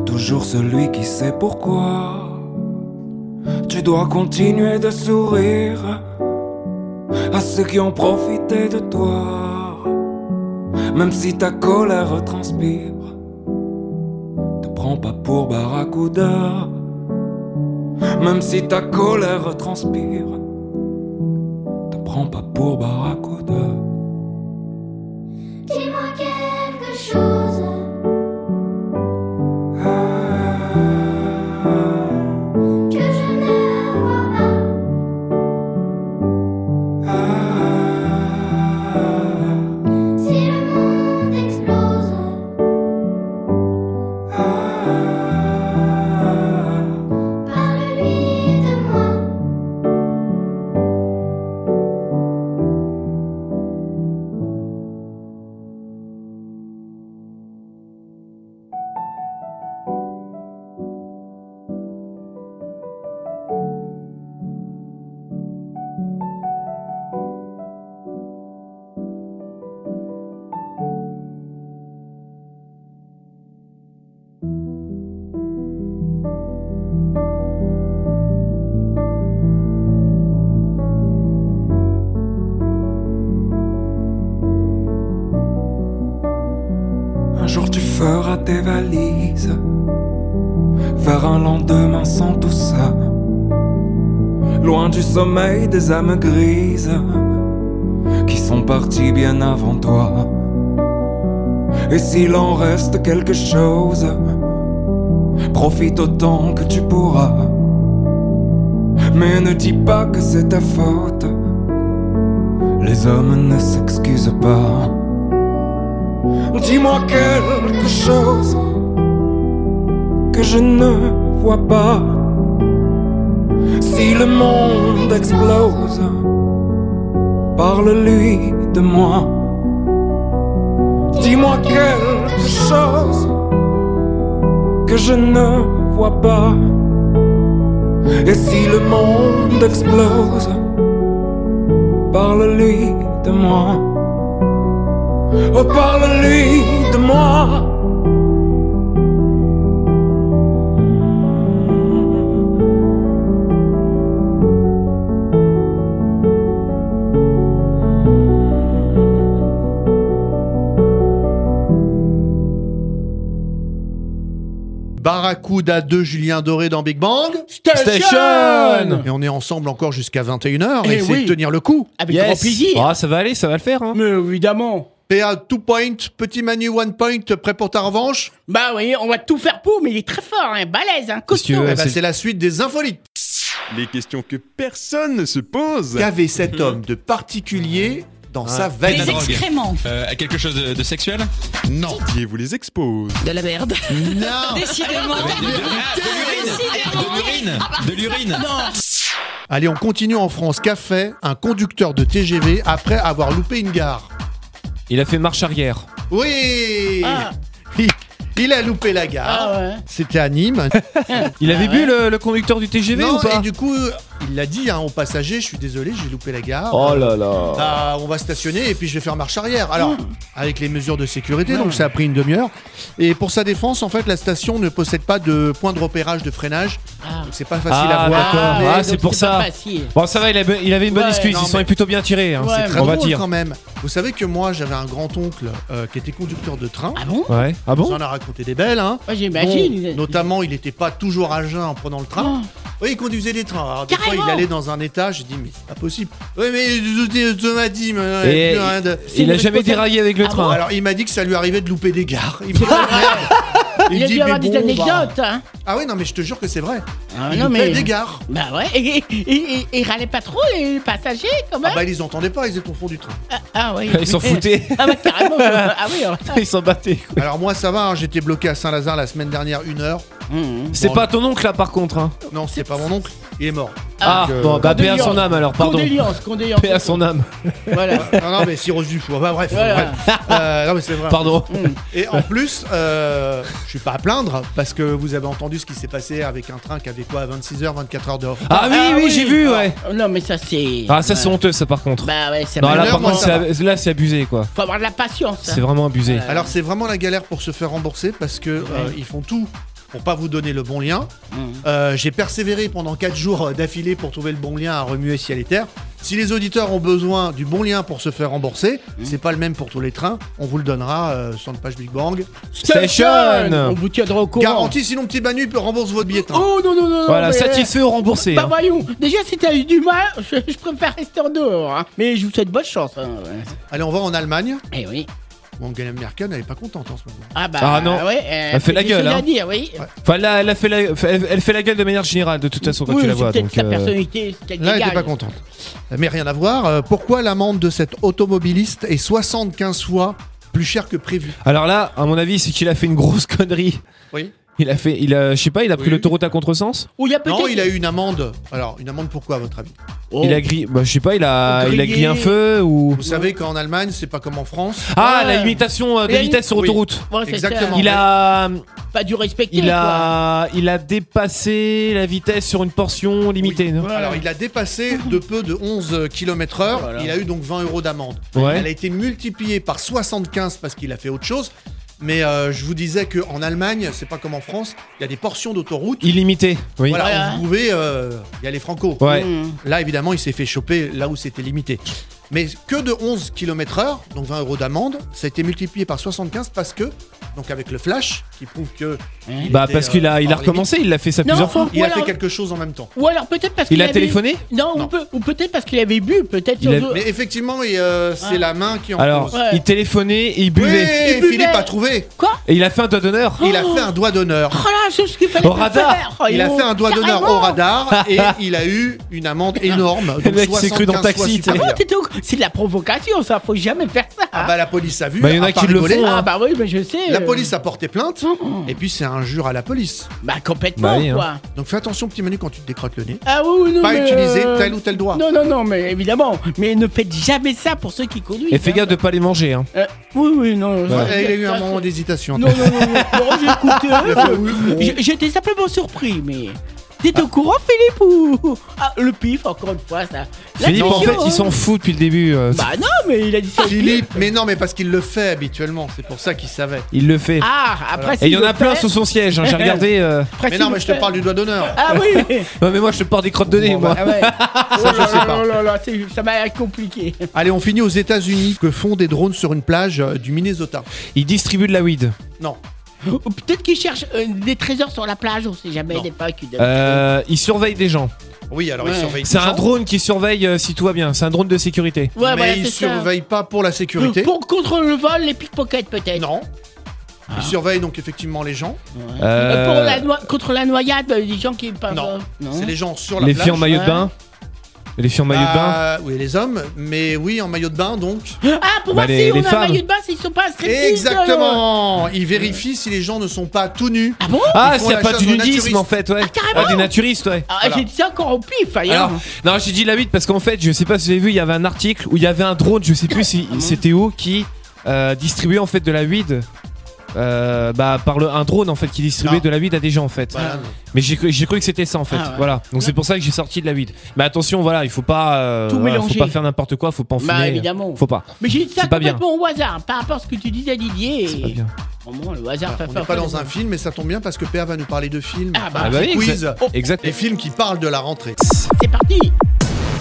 S8: Toujours celui qui sait pourquoi. Tu dois continuer de sourire à ceux qui ont profité de toi. Même si ta colère transpire, te prends pas pour Barracuda. Même si ta colère transpire, te prends pas pour Barracuda.
S13: Dis-moi quelque chose. Que je ne vois pas. Si le monde explose. Parle-lui de moi.
S8: Un jour tu feras tes valises vers un lendemain sans tout ça. Loin du sommeil des âmes grises qui sont parties bien avant toi. Et s'il en reste quelque chose, profite autant que tu pourras. Mais ne dis pas que c'est ta faute. Les hommes ne s'excusent pas. Dis-moi quelque chose que je ne vois pas. Si le monde explose, parle-lui de moi. Dis-moi quelque chose que je ne vois pas. Et si le monde explose, parle-lui de moi. Oh, parle-lui de moi.
S1: Barracuda 2 Julien Doré dans Big Bang
S3: Station
S1: Et on est ensemble encore jusqu'à 21h et,
S3: Eh
S1: essayer
S3: oui.
S1: de tenir le coup.
S3: Avec Yes. grand plaisir. Ah, ça va aller, ça va le faire.
S2: Mais évidemment.
S1: PA 2 point, petit Manu 1 point, prêt pour ta revanche
S2: Bah oui, on va tout faire pour, mais il est très fort, hein, balèze, hein, costaud.
S3: euh,
S1: Eh ben, c'est la suite des infolites.
S5: Les questions que personne ne se pose.
S1: Qu'avait cet homme de particulier dans sa
S5: veine
S1: valise
S7: Euh, quelque chose de, de sexuel
S1: Non.
S5: Qui vous les expose.
S7: De la merde.
S1: Non
S7: Décidément. De l'urine. De l'urine.
S1: Allez, on continue en France. Qu'a fait un conducteur de TGV après avoir loupé une gare
S3: Il a fait marche arrière.
S1: Oui il, il a loupé la gare. C'était à Nîmes.
S3: Il avait bu le, le conducteur du TGV
S1: Ah Non,
S3: ou pas
S1: et du coup, il l'a dit hein, aux passagers, je suis désolé, j'ai loupé la gare.
S3: Oh là là.
S1: Bah, on va stationner et puis je vais faire marche arrière.
S3: Hmm.
S1: Alors, avec les mesures de sécurité, donc ça a pris une demi-heure. Et pour sa défense, en fait, la station ne possède pas de point de repérage de freinage. Donc c'est pas facile
S3: Ah,
S1: à voir.
S3: d'accord.
S1: Mais
S3: Ah,
S1: donc
S3: c'est pour ça.
S2: facile.
S3: Bon, ça va, il, avait- il avait une bonne
S1: Ouais,
S3: excuse.
S1: non,
S3: Ils sont
S1: mais-
S3: plutôt bien tirés. hein,
S1: c'est
S3: c'est
S1: très
S3: on va
S1: drôle
S3: dire.
S1: quand même. Vous savez que moi, j'avais un grand-oncle euh, qui était conducteur de train.
S2: Ah bon
S3: Ouais. Ah bon
S1: On en a raconté des belles, hein.
S2: Ouais, j'imagine.
S1: Dont, notamment, il n'était pas toujours à jeun en prenant le train.
S2: Oh.
S1: Oui, il conduisait des trains. Alors, des fois, il allait dans un état, j'ai dit, mais c'est pas possible. Oui, mais je- je- je m'a dit, mais, euh,
S3: Et
S1: plus rien de-
S2: Ah
S3: il a jamais déraillé avec le train.
S1: Alors, il m'a dit que ça lui arrivait de louper des gares. Il m'a dit, merde.
S2: il y a
S1: dit,
S2: dû avoir
S1: mais
S2: des
S1: bon, bah.
S2: anecdotes, hein.
S1: Ah oui, non, mais je te jure que c'est vrai.
S2: Ah,
S1: il
S2: non,
S1: nous
S2: mais-
S1: fait des gares. Ah
S2: Bah ouais, et, et, et- et- et râlaient pas trop les passagers quand même.
S1: Ah bah ils les entendaient pas, ils étaient au fond du train.
S2: Ah, ah ouais.
S3: Ils s'en foutaient.
S2: Ah bah carrément. ah oui. alors.
S3: Ils s'en battaient. quoi.
S1: Alors moi ça va, hein, j'étais bloqué à Saint-Lazare la semaine dernière, une heure.
S2: Mmh,
S3: C'est
S1: Bon,
S3: pas ton oncle là par contre. Hein.
S1: Non, c'est pas mon oncle, il est mort.
S3: Ah,
S1: Donc, euh,
S3: bon, bah paix à
S2: Condoléances.
S3: son âme alors, pardon.
S2: Condoléances, condoléances.
S3: Paix à son âme.
S2: Voilà.
S1: non, non, mais cirrhose du foie. Bah, bref.
S2: Voilà.
S1: bref. Euh, non, mais c'est vrai. Mmh.
S3: Pardon.
S1: Et en plus, euh, je suis pas à plaindre parce que vous avez entendu ce qui s'est passé avec un train qui avait quoi 26h, 24h dehors.
S3: Ah oui, oui, j'ai vu, ouais.
S2: Ah, oh, Non mais ça c'est.
S3: Ah, ça c'est
S2: Ouais.
S3: honteux ça par contre.
S2: Bah ouais, c'est. hein.
S3: Non, là
S1: malheur,
S3: par
S1: moi,
S3: contre,
S1: ça
S3: c'est- là c'est abusé quoi.
S2: Faut avoir de la patience. hein.
S3: C'est vraiment abusé.
S1: Alors c'est vraiment la galère pour se faire rembourser parce que euh, ils font tout pour pas vous donner le bon lien.
S2: Mmh.
S1: Euh, J'ai persévéré pendant 4 jours euh, d'affilée pour trouver le bon lien à remuer ciel et terre. Si les auditeurs ont besoin du bon lien pour se faire rembourser,
S2: Mmh.
S1: c'est pas le même pour tous les trains. On vous le donnera euh, sur le page Big Bang.
S2: On vous tiendra au courant.
S1: Garantie, sinon petit Manu peut rembourse votre billet. de train.
S2: Oh non non non. non,
S3: Voilà,
S2: mais-
S3: satisfait ou remboursé.
S2: Bah
S3: hein.
S2: voyons, déjà si t'as eu du mal, je, je préfère rester en dehors. hein. Mais je vous souhaite bonne chance. hein, ouais.
S1: Allez, on va en Allemagne.
S2: Eh oui.
S1: Angela Merkel n'est pas contente en ce moment.
S2: Ah bah
S3: Ah non.
S2: ouais, euh,
S3: Elle fait la
S2: des
S3: gueule,
S2: choses
S3: hein.
S2: à dire, oui.
S3: Enfin, là, elle, a fait la... elle elle fait la gueule de manière générale de toute façon quand
S2: oui,
S3: tu la
S2: c'est
S3: vois.
S2: peut-être
S3: Donc,
S2: sa
S3: euh,
S2: personnalité, c'est qu'elle
S1: Là, elle
S2: dégage.
S1: n'était pas contente. Mais rien à voir. euh, pourquoi l'amende de cet automobiliste est 75 fois plus chère que prévu
S3: Alors là, à mon avis, c'est qu'il a fait une grosse connerie.
S1: Oui.
S3: Il a fait, il a, je sais pas, il a pris l'autoroute à contresens.
S2: Ou il y a peut-être.
S1: Non, il a eu une amende. Alors, une amende pourquoi, à votre avis
S2: Oh.
S3: Il a grillé, bah, je sais pas, il a, il a
S2: Grillé.
S3: grillé un feu ou.
S1: Vous savez qu'en Allemagne, c'est pas comme en France.
S3: Ah,
S2: Ouais.
S3: la limitation euh, de
S2: Il a une-
S3: vitesse sur
S1: Oui.
S3: autoroute.
S2: Ouais, c'est ça.
S1: Exactement.
S3: Il a,
S2: Pas du respecter.
S3: il a, il a dépassé la vitesse sur une portion limitée. non
S1: Alors, il a dépassé de peu de 11 km/h.
S2: Oh
S1: Il a eu donc 20 euros d'amende.
S3: Ouais.
S1: Elle a été multipliée par 75 parce qu'il a fait autre chose. Mais euh, je vous disais qu'en Allemagne, c'est pas comme en France. Il y a des portions d'autoroute.
S3: Illimité. Oui.
S1: Voilà,
S2: Ouais, hein. Mmh.
S1: où vous pouvez, euh, il y a les franco.
S3: Ouais.
S1: Là, évidemment, il s'est fait choper là où c'était limité. Mais que de 11 km/h, donc 20 euros d'amende, ça a été multiplié par 75 parce que, donc avec le flash, qui prouve que. il
S3: Bah
S1: était,
S3: parce
S1: euh,
S3: qu'il a, il a
S1: hors limite,
S3: recommencé, il l'a fait ça
S2: Hein. Non.
S3: plusieurs fois.
S1: Il
S2: Ou
S1: a
S2: alors-
S1: fait quelque chose en même temps.
S2: Ou alors peut-être parce
S3: Il
S2: qu'il
S3: a
S2: avait-
S3: téléphoné
S2: Non, ou peut- ou peut-être parce qu'il avait bu, peut-être.
S3: Il
S2: sur
S3: a-
S2: deux-
S1: Mais effectivement, et, euh, c'est
S2: Ouais.
S1: la main qui en
S3: Alors,
S1: cause.
S2: Ouais.
S3: il téléphonait et il
S1: Oui,
S3: buvait.
S2: Il buvait.
S1: Philippe a trouvé.
S2: Quoi
S3: Et il a fait un doigt d'honneur.
S1: Il a
S2: Oh.
S1: fait un doigt d'honneur.
S2: Oh là, c'est ce qu'il fallait
S3: Au
S2: pas
S3: radar.
S2: faire. Oh,
S1: Il a
S2: ils
S1: fait
S2: ont-
S1: un doigt d'honneur
S2: Carrément.
S1: au radar et il a eu une amende énorme.
S3: Ah. Le
S1: donc
S3: mec s'est cru dans
S1: 75 fois
S3: Taxi, tu sais.
S2: Ah bon,
S1: supérieure.
S2: t'étais au- C'est de la provocation, ça. Faut jamais faire ça. hein.
S1: Ah bah la police a vu.
S3: Bah, il y en a
S1: à pas
S3: qui le
S1: rigoler.
S3: font, hein.
S2: Ah bah oui, mais je sais.
S1: La
S2: euh, Ah.
S1: police a porté plainte et puis c'est injure à la police.
S2: Bah complètement,
S3: Bah oui, hein.
S2: quoi.
S1: Donc fais attention petit Manu quand tu te décrottes le nez.
S2: Ah oui, oui, non,
S1: Pas
S2: mais,
S1: utiliser
S2: euh,
S1: tel ou tel doigt.
S2: Non, non, non, mais évidemment. Mais ne faites jamais ça pour ceux qui conduisent.
S3: Et fais
S2: hein.
S3: gaffe de pas les manger. Hein.
S2: Euh, oui, oui, non.
S1: Ouais,
S2: ça-
S1: Eh, Il a eu
S2: ça-
S1: un moment d'hésitation.
S2: Non, non, non, non. non, j'ai écouté,
S1: Il a fait, oui,
S2: euh,
S1: oui.
S2: j'- J'étais simplement surpris, mais. T'es au courant, Philippe ou Ah, le pif, encore une fois, ça. La
S3: Philippe, en fait,
S2: question, hein.
S3: il s'en fout depuis le début. euh,
S2: Bah non, mais il a dit ça. au pif.
S1: Philippe, mais non, mais parce qu'il le fait habituellement, c'est pour ça qu'il savait.
S3: Il le fait.
S2: Ah, après,
S3: Et il y
S2: s'il
S3: en
S2: le
S3: a plein
S2: fait-
S3: sous son siège, hein, j'ai regardé. euh,
S1: Mais
S2: après, s'il
S1: non,
S2: le
S1: mais je te
S2: fait-
S1: parle du doigt d'honneur.
S2: Ah oui
S3: Non, mais moi je te porte des crottes de nez,
S1: Bon,
S3: moi.
S2: Ah ouais. Oh là
S1: je sais
S2: là
S1: pas.
S2: là là, c'est- ça m'a l'air compliqué.
S1: Allez, on finit aux États-Unis que font des drones sur une plage euh, du Minnesota.
S3: Il distribue de la weed.
S1: Non,
S2: Ou Oh, Peut-être qu'ils cherchent euh, des trésors sur la plage, on sait jamais,
S1: Non.
S2: des fois qu'ils donnent.
S3: Euh, il surveille des gens.
S1: oui, alors ils
S2: Ouais.
S1: surveillent.
S3: C'est
S1: des
S3: un
S1: gens,
S3: drone qui surveille euh, si tout va bien. C'est un drone de sécurité.
S2: Ouais,
S1: mais
S2: voilà,
S1: ils
S2: Ah bah, c'est ça.
S1: surveillent pas pour la sécurité.
S2: Pour contre le vol, les pickpockets peut-être.
S1: Non. Ils surveillent donc effectivement les gens.
S2: Ah. Euh,
S3: Euh,
S2: pour la noi- contre la noyade, euh, les gens qui peuvent.
S1: Non. C'est les gens sur la
S3: les
S1: plage.
S3: filles en maillot de bain. Les filles en maillot de bain.
S1: Ah, oui, les hommes, mais oui, en maillot de bain donc.
S2: Ah, pour
S3: Bah,
S2: moi,
S3: les-
S2: si on
S3: les
S2: a un
S3: femmes.
S2: maillot de bain, c'est- ils sont pas striptease. euh,
S1: Exactement Ils vérifient si les gens ne sont pas tout nus.
S2: Ah bon
S3: Ah,
S1: Ils font
S3: c'est
S1: la
S3: pas
S1: chasse
S3: du
S1: aux
S3: nudisme
S1: naturistes.
S3: en fait, ouais.
S2: Ah, carrément.
S3: des naturistes, ouais.
S2: Ah,
S1: Voilà.
S2: J'ai dit ça encore au pif, hein. ailleurs.
S3: Alors, non, j'ai dit la 8 parce qu'en fait, je sais pas si vous avez vu, il y avait un article où il y avait un drone, je sais plus si
S2: Ah
S3: c'était où, qui euh, distribuait en fait de la 8 euh, bah, par le, un drone en fait qui distribuait
S1: Non.
S3: de la 8 à des gens en fait.
S1: Voilà.
S3: Mais j'ai cru, j'ai cru que c'était ça en fait.
S2: Ah ouais.
S3: Voilà. Donc c'est pour ça que j'ai sorti de la 8. Mais attention, voilà, il faut pas, euh,
S2: Tout
S3: voilà, faut
S2: mélanger.
S3: pas faire n'importe quoi, faut pas en
S2: Bah, évidemment.
S3: Faut pas.
S2: Mais j'ai dit ça
S3: C'est pas bien.
S2: complètement au hasard, par rapport à ce que tu disais, Didier.
S3: C'est pas bien.
S2: Au moins, le hasard fait
S1: Bah, On
S2: faire
S1: n'est pas
S2: faire
S1: dans
S2: des-
S1: un film, mais ça tombe bien parce que PA va nous parler de films.
S2: Ah bah,
S1: Un
S2: Ah
S3: bah
S1: petit
S3: oui,
S1: quiz.
S2: Oh,
S3: Exact.
S1: Les films qui parlent de la rentrée.
S2: C'est parti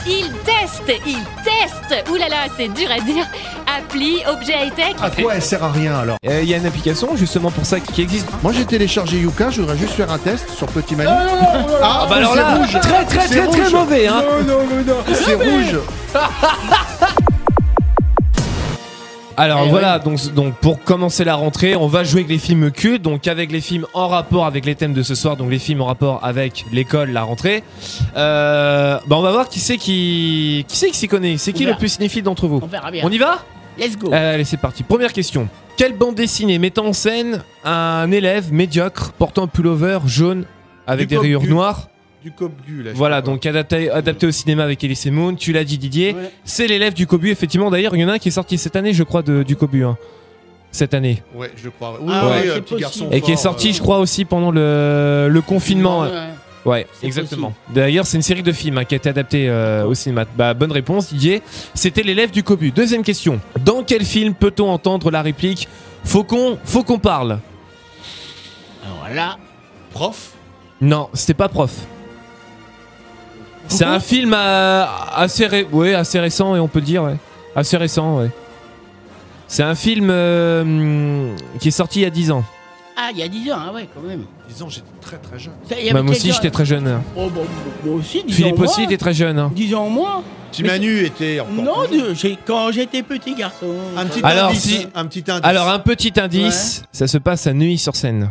S14: Il teste, il teste. Ouh là là, c'est dur à dire. Appli, objet high-tech.
S1: À quoi elle sert à rien alors
S3: Euh, Il y a une application justement pour ça qui qui existe.
S1: Moi j'ai téléchargé Yuka, je voudrais juste faire un test sur Petit Manu.
S2: Oh, non, non, non, non,
S1: Ah,
S3: bah alors
S1: c'est
S3: là,
S1: rouge.
S3: très très
S1: C'est
S3: très très
S1: rouge.
S3: mauvais hein.
S2: non, non, non, non.
S1: C'est rouge.
S3: Alors
S11: Eh
S3: voilà, donc, donc pour commencer la rentrée, on va jouer avec les films cultes, donc avec les films en rapport avec les thèmes de ce soir, donc les films en rapport avec l'école, la rentrée. Euh, bah on va voir qui c'est qui, qui c'est qui s'y connaît, c'est qui
S2: On verra.
S3: le plus cinéphile d'entre vous.
S2: On verra bien.
S3: On y va
S2: Let's go.
S3: Euh, Allez, c'est parti. Première question. Quelle bande dessinée mettant en scène un élève médiocre portant un pullover jaune avec
S1: Du
S3: des rayures
S1: cobu.
S3: noires
S1: Du Cobu, là. je
S3: voilà,
S1: sais pas
S3: donc adapté, adapté au cinéma avec Elise Moon, tu l'as dit Didier, c'est l'élève du Cobu, effectivement, d'ailleurs, il y en a un qui est sorti cette année, je crois, de, du Cobu, hein. cette année.
S1: quoi. Ouais, je crois. Oui,
S3: Ah,
S1: oui,
S3: ouais,
S1: un
S3: c'est
S1: petit garçon.
S3: Et qui est
S1: fort,
S3: sorti,
S1: euh,
S3: je crois, aussi pendant le, le confinement.
S1: Ouais,
S3: Ouais,
S1: C'est
S3: exactement. D'ailleurs, c'est une série de films hein, qui a été adaptée euh, au cinéma. Bah, bonne réponse, Didier. C'était l'élève du Cobu. Deuxième question. Dans quel film peut-on entendre la réplique Faut qu'on, faut qu'on parle
S2: Alors là, prof.
S3: Non, c'était pas prof. C'est un film euh, assez, ré- ouais, assez récent, et on peut le dire, ouais. Assez récent, ouais. C'est un film euh, hum, qui est sorti il y a 10 ans.
S2: Ah, il y a 10 ans, ah ouais, quand même.
S1: 10 ans, j'étais très très jeune.
S3: Bah, moi aussi, j'étais très jeune. hein.
S2: Oh, bah, moi aussi, 10 ans.
S3: Philippe
S2: au
S3: aussi
S2: moins.
S3: était très jeune. hein.
S2: 10 ans au moins.
S1: Si
S2: Mais
S1: Manu était
S2: c'est-
S1: encore.
S2: Non, de- j'ai- quand j'étais petit garçon.
S1: Un petit
S3: Alors,
S1: indice.
S3: si-
S1: Un petit indice.
S3: Alors, un petit indice, ça se passe à Neuilly sur Seine.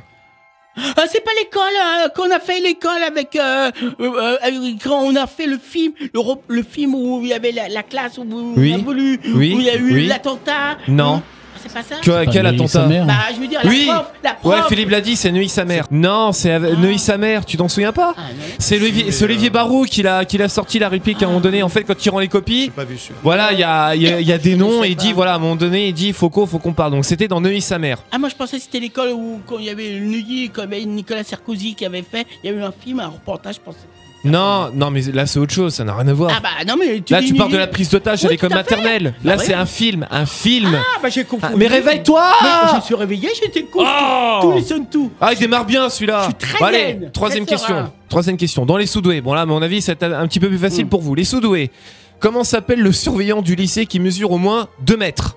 S2: Ah, c'est pas l'école euh, qu'on a fait l'école avec euh, euh, euh, quand on a fait le film le, ro- le film où il y avait la, la classe où vous
S3: Oui.
S2: on a voulu
S3: Oui.
S2: où il y a eu
S3: Oui.
S2: l'attentat.
S3: Non.
S1: Hein
S2: Ah, C'est pas ça.
S3: Que- C'est pas quel Neuilly, attentat sa mère. hein.
S2: Bah je veux dire la
S3: Oui.
S2: prof, la prof. Ah.
S3: Ouais, Philippe l'a dit, c'est Neuilly sa mère. Non, c'est avec- Neuilly sa mère, tu t'en souviens pas C'est Olivier, c'est euh, Olivier Barou qui l'a qui l'a sorti la réplique à un moment donné. En fait, quand il rend les copies,
S1: Pas vu celui-là.
S3: voilà, il y a, il y
S2: Ah,
S3: a- il y a des noms et il dit, voilà, à un moment donné, il dit, faut qu'on faut qu'on parle. Donc, c'était dans Neuilly sa mère.
S2: Ah moi je pensais que c'était l'école où quand il y avait le Neuilly comme Nicolas Sarkozy qui avait fait, il y a eu un film un reportage je pensais.
S3: Non, non, mais là, c'est autre chose, ça n'a rien à voir.
S2: Ah bah non mais tu
S3: Là,
S2: dis
S3: tu parles de la
S2: Neuilly.
S3: prise d'otage à
S2: Oui,
S3: l'école
S2: tout à fait.
S3: maternelle.
S2: Bah
S3: Là,
S2: oui.
S3: c'est un film, un film.
S2: Ah bah j'ai confondu.
S3: mais réveille-toi
S2: Mais Je suis réveillé, j'étais con. Tous les sonne tout.
S3: Ah, il démarre bien celui-là.
S2: très
S3: Bon, allez,
S2: zen,
S3: troisième
S2: très
S3: question.
S2: serein.
S3: Troisième question. Dans les sous-doués. Bon là, à mon avis, c'est un petit peu plus facile
S2: Mm.
S3: pour vous. Les sous-doués. Comment s'appelle le surveillant du lycée qui mesure au moins 2 mètres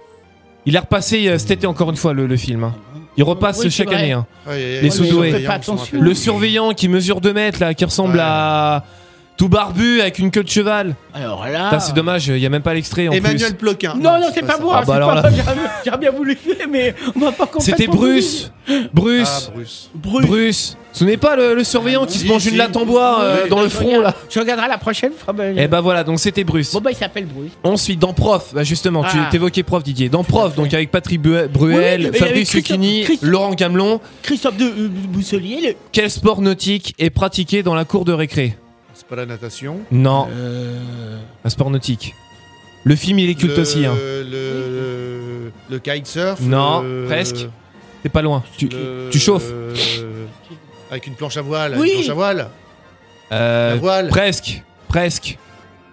S3: Il a repassé euh, cet été encore une fois le, le film. hein. Il repasse
S2: Oui, c'est
S3: chaque
S2: vrai.
S3: année. hein.
S1: Ouais, ouais, ouais,
S3: les
S1: ouais,
S3: sous-doués.
S1: mais on fait pas attention.
S3: Le surveillant qui mesure 2 mètres là, qui ressemble à tout barbu avec une queue de cheval.
S2: Alors là.
S3: Putain, c'est dommage, il y a même pas l'extrait en plus.
S1: Emmanuel Ploquin.
S2: Ah. Non, non, c'est pas, moi,
S3: Ah, bah
S2: c'est
S3: alors
S2: pas
S3: là.
S2: moi, j'aurais j'aurais bien voulu, mais on va pas comprendre.
S3: C'était Bruce. Bruce.
S1: Ah, Bruce.
S2: Bruce.
S3: Bruce. Vous souvenez pas le, le surveillant qui se mange une latte en bois euh,
S2: Oui,
S3: dans le
S2: je
S3: front
S2: regarde-
S3: là
S2: Je regarderai la prochaine fois. ben,
S3: Et bah voilà, donc c'était Bruce.
S2: Bon bah il s'appelle Bruce.
S3: Ensuite, dans Prof, bah justement, tu
S2: Ah.
S3: t'évoquais Prof, Didier. Dans Prof, donc avec Patrick Bue- Bruel,
S2: Oui, oui, et avec
S3: Fabrice
S2: Christophe-
S3: Lucchini,
S2: Christophe-
S3: Laurent Camelon.
S2: Christophe de euh, Bousselier, le-
S3: Quel sport nautique est pratiqué dans la cour de récré
S1: C'est pas la natation.
S3: Non.
S2: Euh.
S3: Un sport nautique. Le film, il est culte
S1: le,
S3: aussi. Hein.
S1: Le, le, le kitesurf.
S3: Non,
S1: le-
S3: presque. T'es pas loin. Tu,
S1: le-
S3: tu chauffes.
S1: Avec une planche à voile.
S2: Oui.
S1: Une planche à voile.
S3: Euh,
S1: la voile.
S3: Presque. Presque.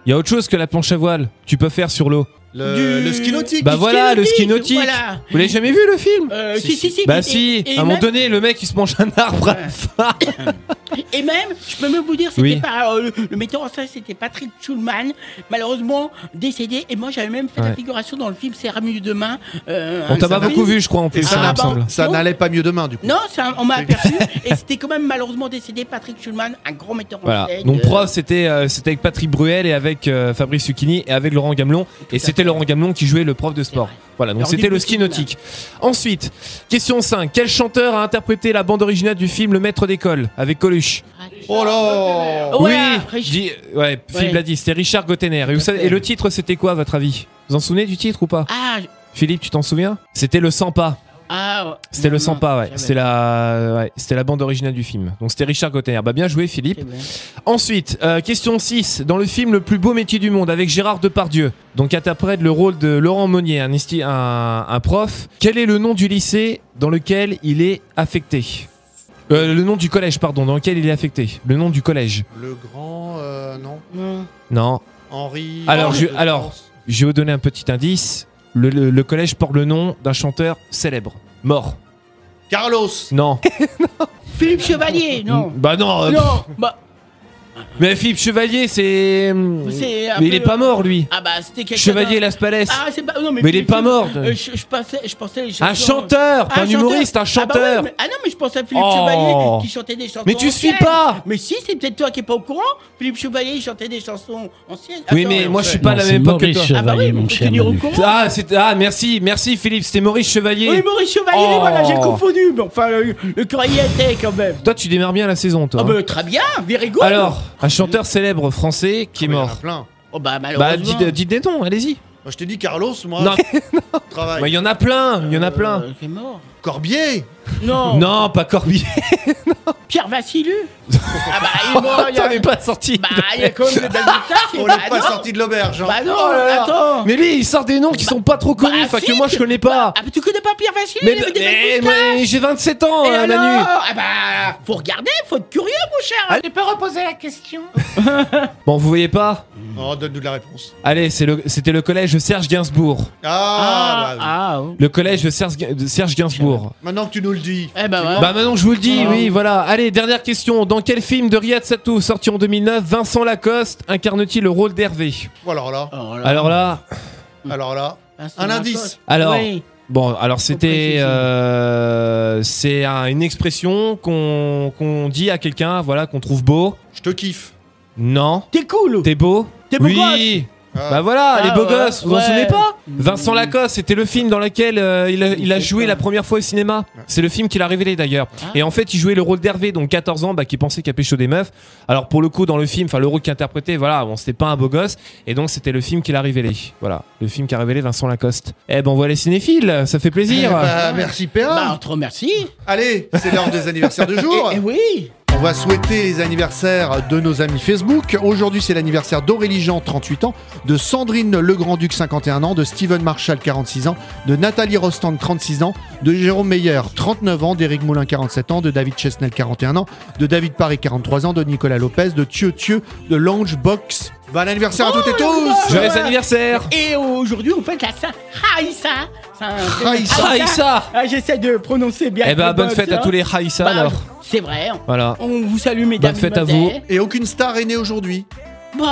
S3: Il y a autre chose que la planche à voile. Tu peux faire sur l'eau.
S1: Le,
S2: Du-
S1: le ski nautique.
S3: Bah voilà, le ski nautique.
S2: nautique, voilà.
S3: Vous l'avez jamais vu le film
S2: Euh, si, si, si.
S3: Bah
S2: et-
S3: si,
S2: et
S3: à un moment
S2: même-
S3: donné, le mec il se mange un arbre. à la fin.
S2: Et même, je peux même vous dire, c'était
S3: Oui.
S2: pas, euh, le, le metteur en scène, c'était Patrick Schulman, malheureusement décédé. Et moi, j'avais même fait
S3: Ouais.
S2: la figuration dans le film C'est Ramu demain. euh,
S3: On t'a pas beaucoup vu, je crois, en
S1: Et
S3: plus,
S1: ça
S3: hein, il
S1: n'a-
S3: me semble.
S1: ça
S2: Non.
S1: n'allait pas mieux demain, du coup.
S2: bah, Non, ça, on m'a aperçu. et c'était quand même malheureusement décédé Patrick Schulman, un grand metteur en
S3: Voilà.
S2: scène.
S3: Donc
S2: euh,
S3: prof, c'était euh, c'était avec Patrick Bruel et avec euh, Fabrice Lucchini et avec Laurent Gamelon. Et c'était Laurent Gamelon qui jouait le prof de sport. Voilà, donc
S2: Alors,
S3: c'était le
S2: dites-le
S3: ski
S2: tout, là.
S3: nautique. Ensuite, question 5. Quel chanteur a interprété la bande originale du film Le Maître d'école avec Coluche
S2: Ah,
S1: Oh là
S2: Ouais,
S3: Oui,
S2: après, je-
S3: dis- ouais, Philippe l'a dit, c'était Richard Gottener. Et, vous savez- et le titre, c'était quoi à votre avis Vous en souvenez du titre ou pas
S2: Ah, je-
S3: Philippe, tu t'en souviens C'était Le 100 pas.
S2: ah, ouais.
S3: C'était
S2: Non,
S3: le
S2: non,
S3: sympa, ouais.
S2: jamais.
S3: C'était la, ouais, c'était la bande originale du film. Donc c'était Richard Gottener. Bah bien joué, Philippe. Ensuite, euh, question 6. Dans le film Le plus beau métier du monde, avec Gérard Depardieu, donc interprète le rôle de Laurent Monnier, un, isti- un, un prof, quel est le nom du lycée dans lequel il est affecté Euh, Le nom du collège, pardon, dans lequel il est affecté. Le nom du collège.
S1: Le grand. euh, non.
S2: Non.
S3: Non.
S1: Henri.
S3: Alors,
S1: Henri
S3: je,
S1: de
S3: alors,
S1: France.
S3: je vais vous donner un petit indice. Le, le- le collège porte le nom d'un chanteur célèbre, mort.
S1: Carlos.
S3: Non.
S2: Philippe Chevalier, non.
S3: Bah non. euh,
S2: non, bah,
S3: Mais Philippe Chevalier, c'est. hum,
S2: C'est un
S3: Mais il
S2: peu-
S3: est pas mort, lui.
S2: Ah bah c'était quelqu'un.
S3: Chevalier
S2: d'un-
S3: Las Palais.
S2: Ah, c'est pas. Non, mais,
S3: Mais il est pas mort.
S2: Euh, je, je pensais, je pensais les
S3: Un
S2: chansons- euh,
S3: chanteur, pas un
S2: chanteur.
S3: humoriste, un
S2: Ah, bah ouais,
S3: chanteur.
S2: mais- ah non, mais je pensais à Philippe
S3: Oh.
S2: Chevalier qui chantait des chansons.
S3: Mais tu suis
S2: anciennes.
S3: pas.
S2: Mais si, c'est peut-être toi qui es pas au courant. Philippe Chevalier il chantait des chansons anciennes.
S3: Oui,
S2: Attends,
S3: mais
S2: on
S3: moi, je
S2: fait-
S3: suis pas à la
S7: c'est
S3: même époque que
S7: Maurice
S3: toi.
S7: Chevalier, Ah bah oui, mon faut cher tenir au Manu. courant.
S3: Ah, c'est- ah, merci, merci Philippe, c'était Maurice Chevalier.
S2: Oui, Maurice Chevalier,
S3: Oh.
S2: voilà, j'ai confondu. Mais enfin, le, le corps y était quand même.
S3: Toi, tu démarres bien la saison, toi.
S2: Ah
S3: hein.
S2: bah très bien, very good.
S3: Alors, un chanteur célèbre français qui est
S1: Ah, Il y en a
S3: mort.
S1: plein.
S2: Oh
S3: Bah,
S2: bah malheureusement.
S3: dites, dites des noms, allez-y.
S1: Moi, je t'ai dit Carlos, moi.
S3: Non.
S1: Travail. Euh,
S3: Bah, Il y en a plein, il y en a plein.
S2: Il est mort.
S1: Corbier
S2: Non.
S3: Non, pas Corbier.
S2: Pierre Vassilu. ah bah il est mort. il y a-
S3: T'en es pas sorti.
S2: Bah, il y a quand même des belles moustaches.
S1: On
S2: bah,
S1: n'est pas
S2: non.
S1: sorti de l'auberge. hein.
S2: Bah non,
S3: Oh là là.
S2: attends. Bah,
S3: Mais lui, il sort des noms qui sont pas trop connus, enfin
S2: si,
S3: que moi je connais pas.
S2: Ah, mais tu connais pas Pierre Vassilu
S3: Mais, bah,
S2: il avait des
S3: mais-
S2: belles moustaches.
S3: mais j'ai 27 ans,
S2: Et
S3: euh,
S2: alors
S3: Manu.
S2: Ah bah, faut regarder, faut être curieux, mon cher.
S3: Ah,
S2: tu peux reposer la question
S3: Bon, vous voyez pas
S1: Oh, donne-nous la réponse.
S3: Allez, c'est le- c'était le collège Serge Gainsbourg.
S1: Ah, bah,
S2: oh.
S3: Le collège Serge, Ga- de Serge Gainsbourg.
S1: Maintenant que tu nous le dis.
S2: Eh bah,
S3: Bah maintenant je vous le dis,
S1: Ah.
S3: oui, voilà. Allez, dernière question. Dans quel film de Riyad Sato, sorti en 2009, Vincent Lacoste incarne-t-il le rôle d'Hervé
S1: Alors là.
S3: Alors là,
S1: Alors là.
S2: Oh Vincent
S1: Un
S2: Lacoste.
S1: indice.
S3: alors...
S2: Oui.
S3: Bon, alors c'était...
S2: préciser.
S3: euh, c'est un- une expression qu'on qu'on dit à quelqu'un, voilà, qu'on trouve beau.
S1: Je te kiffe.
S3: Non.
S2: T'es cool
S3: T'es beau
S2: T'es beau
S3: Oui
S1: gosse.
S3: Bah voilà,
S2: Ah,
S3: les beaux
S2: ouais.
S3: gosses, vous en
S2: Ouais.
S3: souvenez pas Vincent Lacoste, c'était le film dans lequel euh, il, a, il a
S2: Je sais
S3: joué
S2: pas.
S3: la première fois au cinéma. C'est le film qu'il a révélé d'ailleurs. Et en fait, il jouait le rôle d'Hervé, donc 14 ans, bah, qui pensait qu'à pécho des meufs. Alors pour le coup, dans le film, enfin le rôle qu'il interprétait, voilà, bon, c'était pas un beau gosse. Et donc c'était le film qu'il a révélé. Voilà, le film qu'a révélé Vincent Lacoste. Eh ben voilà les cinéphiles, ça fait plaisir.
S2: Eh
S1: Bah, merci PA.
S2: Bah, trop merci.
S1: Allez, c'est l'heure des anniversaires de jour.
S2: Eh oui.
S1: On va souhaiter les anniversaires de nos amis Facebook. Aujourd'hui, c'est l'anniversaire d'Aurélie Jean, 38 ans, de Sandrine Legrand-Duc, 51 ans, de Steven Marshall, 46 ans, de Nathalie Rostand, 36 ans, de Jérôme Meyer, 39 ans, d'Éric Moulin, 47 ans, de David Chesnel, 41 ans, de David Paris, 43 ans, de Nicolas Lopez, de Thieu Thieu, de Lounge Box. Bon anniversaire à toutes et tous
S3: Joyeux anniversaire
S2: Et aujourd'hui, on fête la Saint Raïssa. Saint-
S3: Raïssa. Raïssa.
S2: Ah, J'essaie de prononcer bien.
S3: Eh ben
S2: le
S3: bonne
S2: bon,
S3: fête à
S2: ça.
S3: tous les Raïssa
S2: Bah,
S3: alors.
S2: C'est vrai.
S3: Voilà.
S2: On vous salue, mesdames.
S3: fête à
S2: mesdemoiselles.
S1: Et aucune star est née aujourd'hui.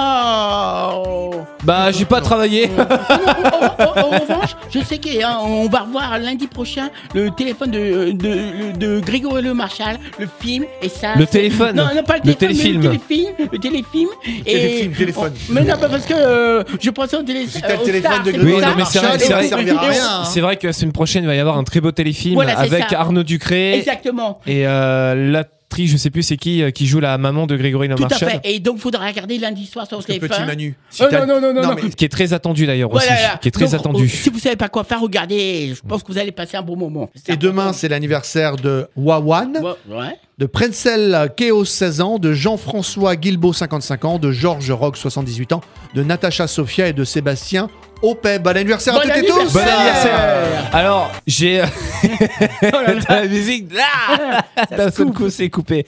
S2: Bah. oh.
S3: Bah j'ai pas travaillé.
S2: En- en revanche, je sais qu'on va revoir lundi prochain le téléphone de, de, de Grégory Le Marchal, le film, et ça.
S3: Le
S2: c'est-
S3: téléphone.
S2: Non, non, pas le
S3: Le
S2: téléphone. mais
S3: téléfilm.
S2: Le téléfilm. Le téléfilm. et-
S1: Téléfilm, téléphone.
S2: Oh, mais non, pas parce que euh, je pensais au téléphone.
S1: C'était le téléphone de
S3: Oui,
S1: Grégory
S3: non, mais c'est vrai,
S1: Marchal,
S3: c'est
S1: il
S3: vrai,
S1: ne servira à rien, hein.
S3: c'est vrai que la semaine prochaine, il va y avoir un très beau téléfilm
S2: Voilà, c'est
S3: avec
S2: ça.
S3: Arnaud Ducré
S2: Exactement.
S3: et euh, l'actrice, je sais plus c'est qui, euh, qui joue la maman de Grégory Le
S2: Tout à fait.
S3: Marchal.
S2: Et donc, faudra regarder lundi soir sur le
S1: que
S2: téléphone.
S1: petit Manu, si
S2: Euh,
S1: t'as-
S2: non, non, non, non. non.
S3: Qui est très attendu d'ailleurs aussi.
S2: Voilà, là.
S3: Qui est très
S2: Donc,
S3: attendu.
S2: euh, Si vous savez pas quoi faire, regardez. Je pense que vous allez passer un bon moment.
S1: Et demain, c'est l'anniversaire de Wawan.
S2: Ouais.
S1: de Prencel Keos, 16 ans, de Jean-François Guilbeault, 55 ans, de Georges Rock, 78 ans, de Natacha Sofia et de Sébastien Opet.
S4: Bah,
S1: Bon anniversaire à
S2: Bon
S1: toutes et tous
S3: Bon anniversaire Alors, j'ai. euh, la musique. Ah D'un seul coup, c'est coupé.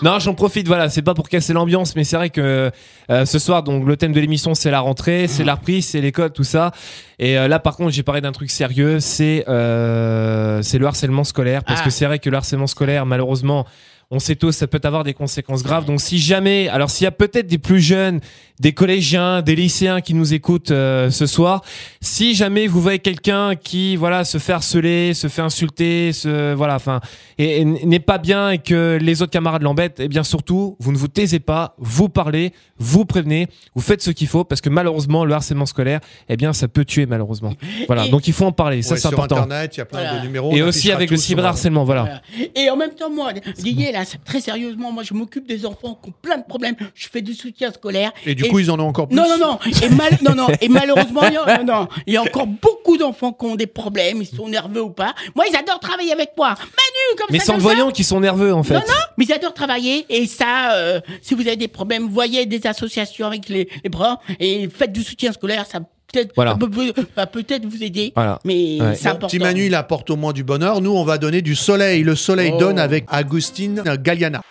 S3: Non, j'en profite, voilà, c'est pas pour casser l'ambiance, mais c'est vrai que euh, ce soir, donc, le thème de l'émission, c'est la rentrée, c'est la reprise, c'est l'école, tout ça. Et euh, là, par contre, j'ai parlé d'un truc sérieux, c'est euh, c'est le harcèlement scolaire, parce
S2: Ah.
S3: que c'est vrai que le harcèlement scolaire, malheureusement, on sait tous, ça peut avoir des conséquences graves. Donc si jamais, alors s'il y a peut-être des plus jeunes, des collégiens, des lycéens qui nous écoutent euh, ce soir, si jamais vous voyez quelqu'un qui voilà se fait harceler, se fait insulter, se voilà, enfin, et, et n'est pas bien et que les autres camarades l'embêtent, eh bien surtout, vous ne vous taisez pas, vous parlez, vous prévenez, vous faites ce qu'il faut parce que malheureusement le harcèlement scolaire, eh bien ça peut tuer malheureusement. Voilà,
S2: Et-
S3: donc il faut en parler, ça
S1: Ouais,
S3: c'est
S1: sur
S3: important.
S1: Internet, il y a plein
S2: Voilà.
S1: de numéros.
S3: et
S1: on
S3: aussi
S1: affichera
S3: avec le
S1: tout sur- euh,
S3: cyberharcèlement, voilà.
S2: Et en même temps, moi, Didier, là, très sérieusement, moi, je m'occupe des enfants qui ont plein de problèmes. Je fais du soutien scolaire.
S1: Et du coup, ils en ont encore plus.
S2: Non, non, non. Et, mal- non, non. et malheureusement, il y, a... non, non. Il y a encore beaucoup d'enfants qui ont des problèmes. Ils sont nerveux ou pas. Moi, ils adorent travailler avec moi. Manu, comme
S3: Mais
S2: ça.
S3: sans
S2: comme
S3: le
S2: ça.
S3: voyant qui sont nerveux en fait.
S2: Non, non, mais ils adorent travailler. Et ça, euh, si vous avez des problèmes, voyez des associations avec les, les profs et faites du soutien scolaire. Ça peut-être
S3: Voilà.
S2: ça peut- peut- va peut-être vous aider.
S3: Voilà.
S2: Mais
S3: Ouais.
S2: c'est
S1: Bon,
S2: important.
S1: Petit Manu, il apporte au moins du bonheur. Nous, on va donner du soleil. Le soleil
S2: Oh.
S1: donne avec Agustine Galliana.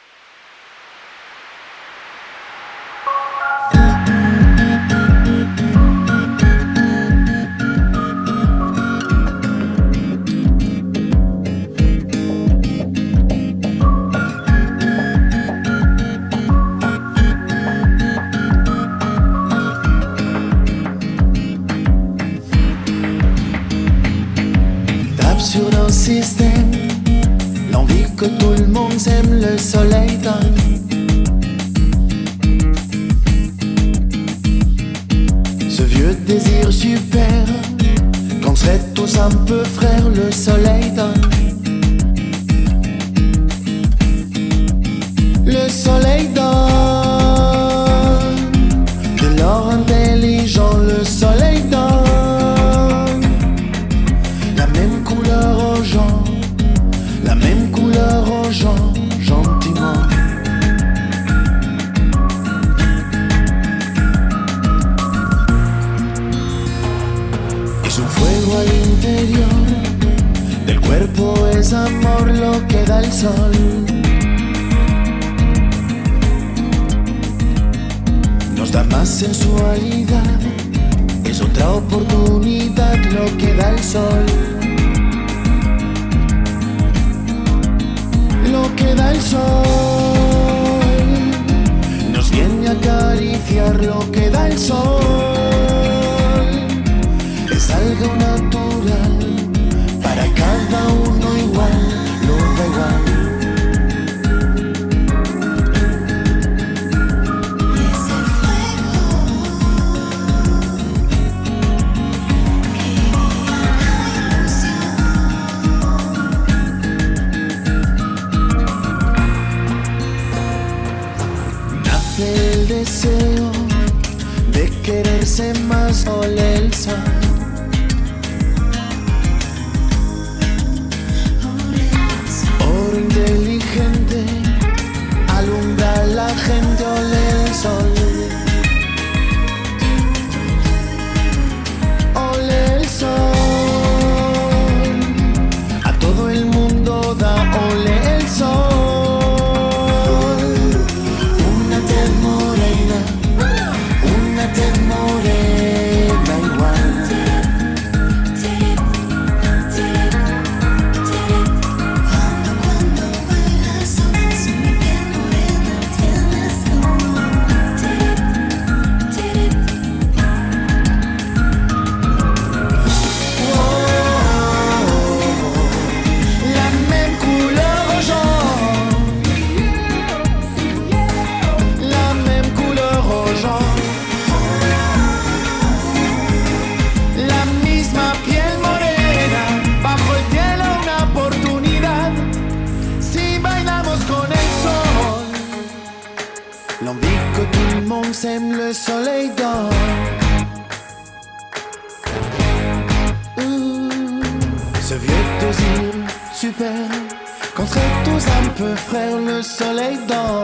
S15: tape sur nos systèmes. L'envie que tout le monde s'aime, le soleil donne. Ce vieux désir super, qu'on serait tous un peu frères, le soleil donne. Le soleil donne de l'or intelligent, le soleil donne la même couleur aux gens, la même couleur aux gens, gentiment. Es un fuego al interior del cuerpo, es amor lo que da el sol. Nos da más sensualidad, es otra oportunidad lo que da el sol. Lo que da el sol, nos viene a acariciar lo que da el sol. Es algo natural, para cada uno igual, lo da igual. Nace el deseo de quererse más o el sol. Oro inteligente alumbra a la gente ole el sol. Ole el sol. A todo el mundo da ole el sol. Una te morena, una te morena igual. La même couleur aux gens. La même couleur aux gens. La misma piel morena. Bajo el cielo una oportunidad. Si bailamos con el sol. L'envie que tout le monde s'aime, le soleil donne. Ce vieux désir super Qu'on serait tous un peu frères Le soleil d'or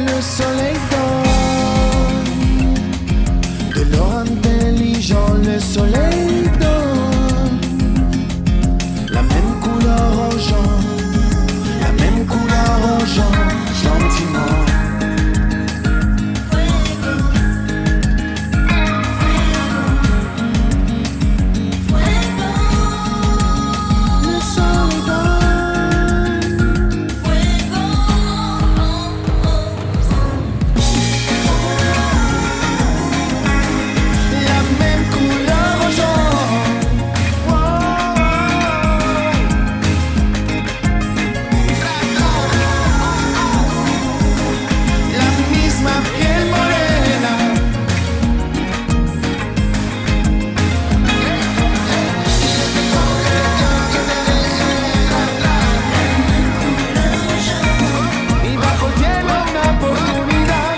S15: Le soleil d'or De l'or intelligent Le soleil d'or La même couleur aux gens La même couleur aux gens Gentiment Le soleil donne fuego. La même couleur aux gens. La misma piel morena. Y bajo el cielo una oportunidad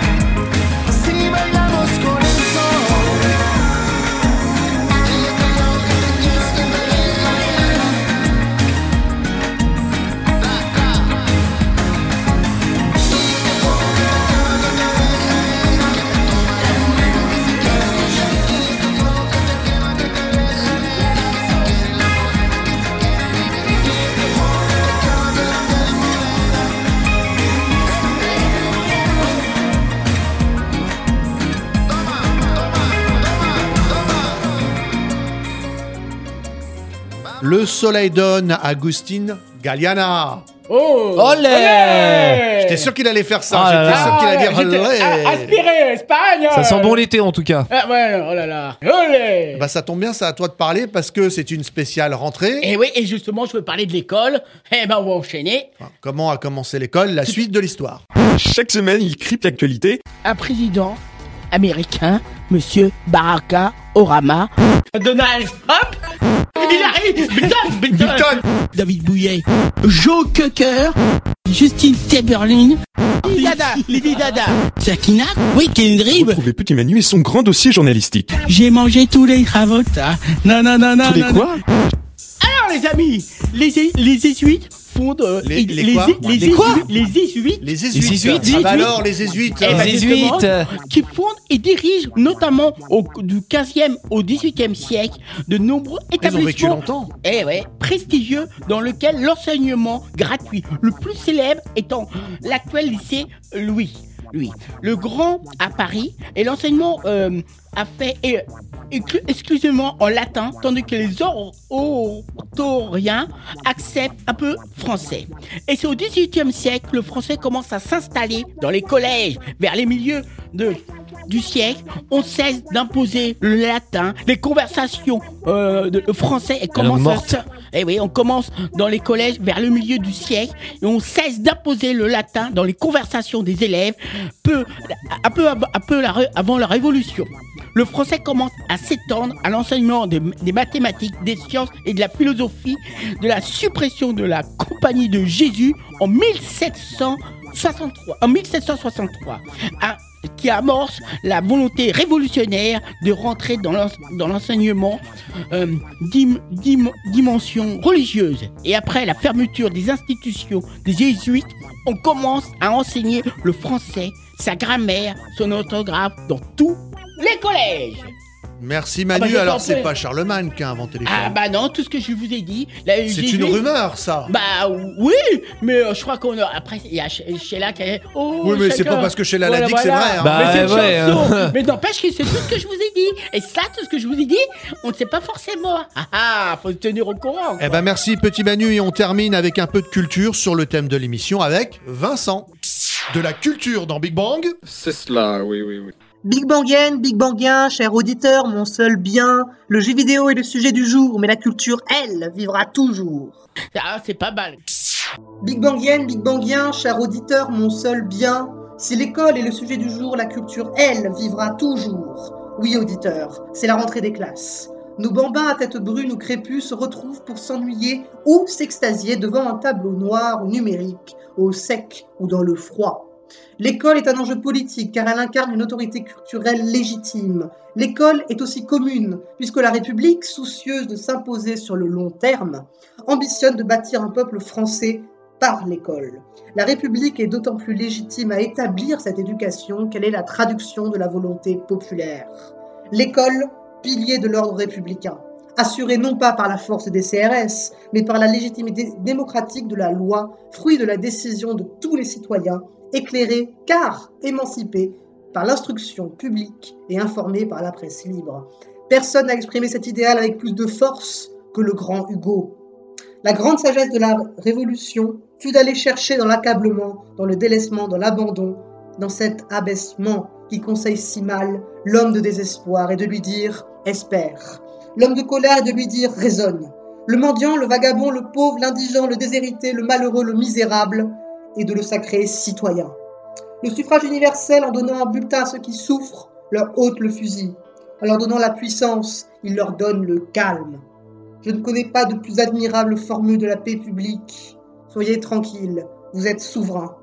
S15: Si bailamos con el
S16: Le soleil donne Agustin Galliana.
S2: Oh
S16: Olé
S2: Olé
S16: J'étais sûr qu'il allait faire ça.
S3: Ah là
S16: J'étais
S3: là.
S16: sûr qu'il allait
S2: Ah,
S16: dire
S2: j'étais- ah,
S16: olé.
S2: Aspiré, Espagne
S3: Ça sent bon l'été en tout cas.
S2: Ah ouais, oh là là Olé
S16: Bah ça tombe bien, c'est à toi de parler parce que c'est une spéciale rentrée.
S2: Et Eh oui, et justement, je veux parler de l'école. Eh ben, on va enchaîner.
S16: Comment a commencé l'école La suite de l'histoire.
S5: Chaque semaine, il crypte l'actualité.
S2: Un président américain, monsieur Baraka Orama. Donald
S16: Ah.
S2: Trump Il arrive Button Button David Bouillet. Joe Cocker. Justine Teberlin. Lady Dada Lady Dada Sakina Oui, Kendrick
S5: Trouvez Petit Manu et son grand dossier journalistique.
S2: J'ai mangé tous les ravotas. Non, non, non, non.
S5: Tous les
S2: non,
S5: quoi
S2: non. Alors, les amis, les, les jésuites fondent. euh,
S16: Les- les quoi
S2: les,
S16: Les quoi
S2: jésuites- les jésuites.
S16: Les jésuites.
S2: jésuites.
S16: Ah bah alors, les jésuites.
S2: Eh ben,
S16: Les
S2: justement,
S16: jésuites.
S2: Qui fondent et dirigent notamment au, du 15e au 18e siècle de nombreux
S16: Ils ont vécu
S2: établissements
S16: longtemps.
S2: eh ouais, prestigieux dans lequel l'enseignement gratuit le plus célèbre étant l'actuel lycée Louis. Louis. Le Grand à Paris et l'enseignement euh, a fait euh, exclu- exclusivement en latin tandis que les or- oratoriens acceptent un peu français. Et c'est au XVIIIe siècle le français commence à s'installer dans les collèges vers les milieux de du siècle, on cesse d'imposer le latin, les conversations euh, de, le français et
S3: langue
S2: commence
S3: morte.
S2: à et oui, on commence dans les collèges vers le milieu du siècle et on cesse d'imposer le latin dans les conversations des élèves peu, un peu, av- un peu la ré- avant la Révolution. Le français commence à s'étendre à l'enseignement des, des mathématiques, des sciences et de la philosophie, de la suppression de la Compagnie de Jésus en 1763. En 1763 à- qui amorce la volonté révolutionnaire de rentrer dans l'ense- dans l'enseignement euh, dim- dim- dimension religieuse. Et après la fermeture des institutions des jésuites, on commence à enseigner le français, sa grammaire, son orthographe dans tous les collèges.
S16: Merci
S2: Ah bah,
S16: Manu.
S2: je
S16: alors
S2: t'en
S16: c'est
S2: prie.
S16: pas Charlemagne qui a inventé l'école.
S2: Ah bah non, tout ce que je vous ai dit. la
S16: c'est
S2: jésuite-
S16: une rumeur ça.
S2: Bah oui, mais euh, je crois qu'on a... Après, il y a Sh- Sheila qui a... Oh,
S16: Oui, mais c'est
S2: chacun.
S16: pas parce que Sheila l'a dit que c'est vrai, hein.
S3: Bah,
S2: mais c'est une
S3: ouais,
S2: chanson.
S3: hein.
S2: Mais n'empêche que c'est tout ce que je vous ai dit. Et ça, tout ce que je vous ai dit, on ne sait pas forcément. Ah ah, faut se tenir au courant.
S16: Eh ben merci petit Manu et on termine avec un peu de culture sur le thème de l'émission avec Vincent. De la culture dans Big Bang.
S17: C'est cela, oui, oui, oui.
S18: Big Bangienne, Big Bangien, cher auditeur, mon seul bien, le jeu vidéo est le sujet du jour, mais la culture, elle, vivra toujours.
S2: Ah, c'est pas mal.
S18: Big Bangienne, Big Bangien, cher auditeur, mon seul bien, si l'école est le sujet du jour, la culture, elle, vivra toujours. Oui, auditeur, c'est la rentrée des classes. Nos bambins à tête brune ou crépus se retrouvent pour s'ennuyer ou s'extasier devant un tableau noir ou numérique, au sec ou dans le froid. L'école est un enjeu politique car elle incarne une autorité culturelle légitime. L'école est aussi commune puisque la République, soucieuse de s'imposer sur le long terme, ambitionne de bâtir un peuple français par l'école. La République est d'autant plus légitime à établir cette éducation qu'elle est la traduction de la volonté populaire. L'école, pilier de l'ordre républicain, assurée non pas par la force des CRS, mais par la légitimité démocratique de la loi, fruit de la décision de tous les citoyens, éclairés car émancipés par l'instruction publique et informés par la presse libre. Personne n'a exprimé cet idéal avec plus de force que le grand Hugo. La grande sagesse de la Révolution fut d'aller chercher dans l'accablement, dans le délaissement, dans l'abandon, dans cet abaissement qui conseille si mal l'homme de désespoir et de lui dire espère. L'homme de colère et de lui dire raisonne. Le mendiant, le vagabond, le pauvre, l'indigent, le déshérité, le malheureux, le misérable, et de le sacrer citoyen. Le suffrage universel en donnant un bulletin à ceux qui souffrent leur ôte le fusil. En leur donnant la puissance, il leur donne le calme. Je ne connais pas de plus admirable formule de la paix publique. Soyez tranquille, vous êtes souverain.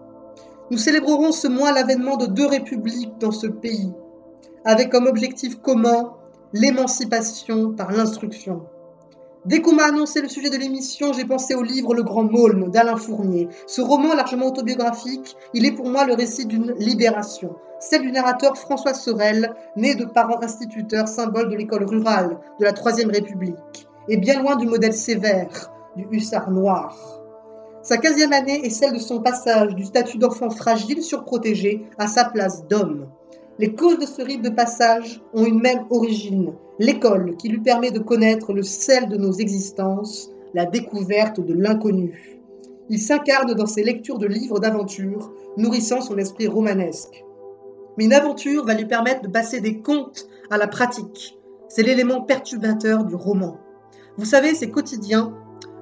S18: Nous célébrerons ce mois l'avènement de deux républiques dans ce pays, avec comme objectif commun l'émancipation par l'instruction. Dès qu'on m'a annoncé le sujet de l'émission, j'ai pensé au livre Le Grand Maulne d'Alain Fournier. Ce roman largement autobiographique, il est pour moi le récit d'une libération, celle du narrateur François Sorel, né de parents instituteurs, symbole de l'école rurale, de la Troisième République, et bien loin du modèle sévère du hussard noir. Sa 15e année est celle de son passage du statut d'enfant fragile surprotégé à sa place d'homme. Les causes de ce rite de passage ont une même origine, l'école qui lui permet de connaître le sel de nos existences, la découverte de l'inconnu. Il s'incarne dans ses lectures de livres d'aventure, nourrissant son esprit romanesque. Mais une aventure va lui permettre de passer des contes à la pratique. C'est l'élément perturbateur du roman. Vous savez, ces quotidiens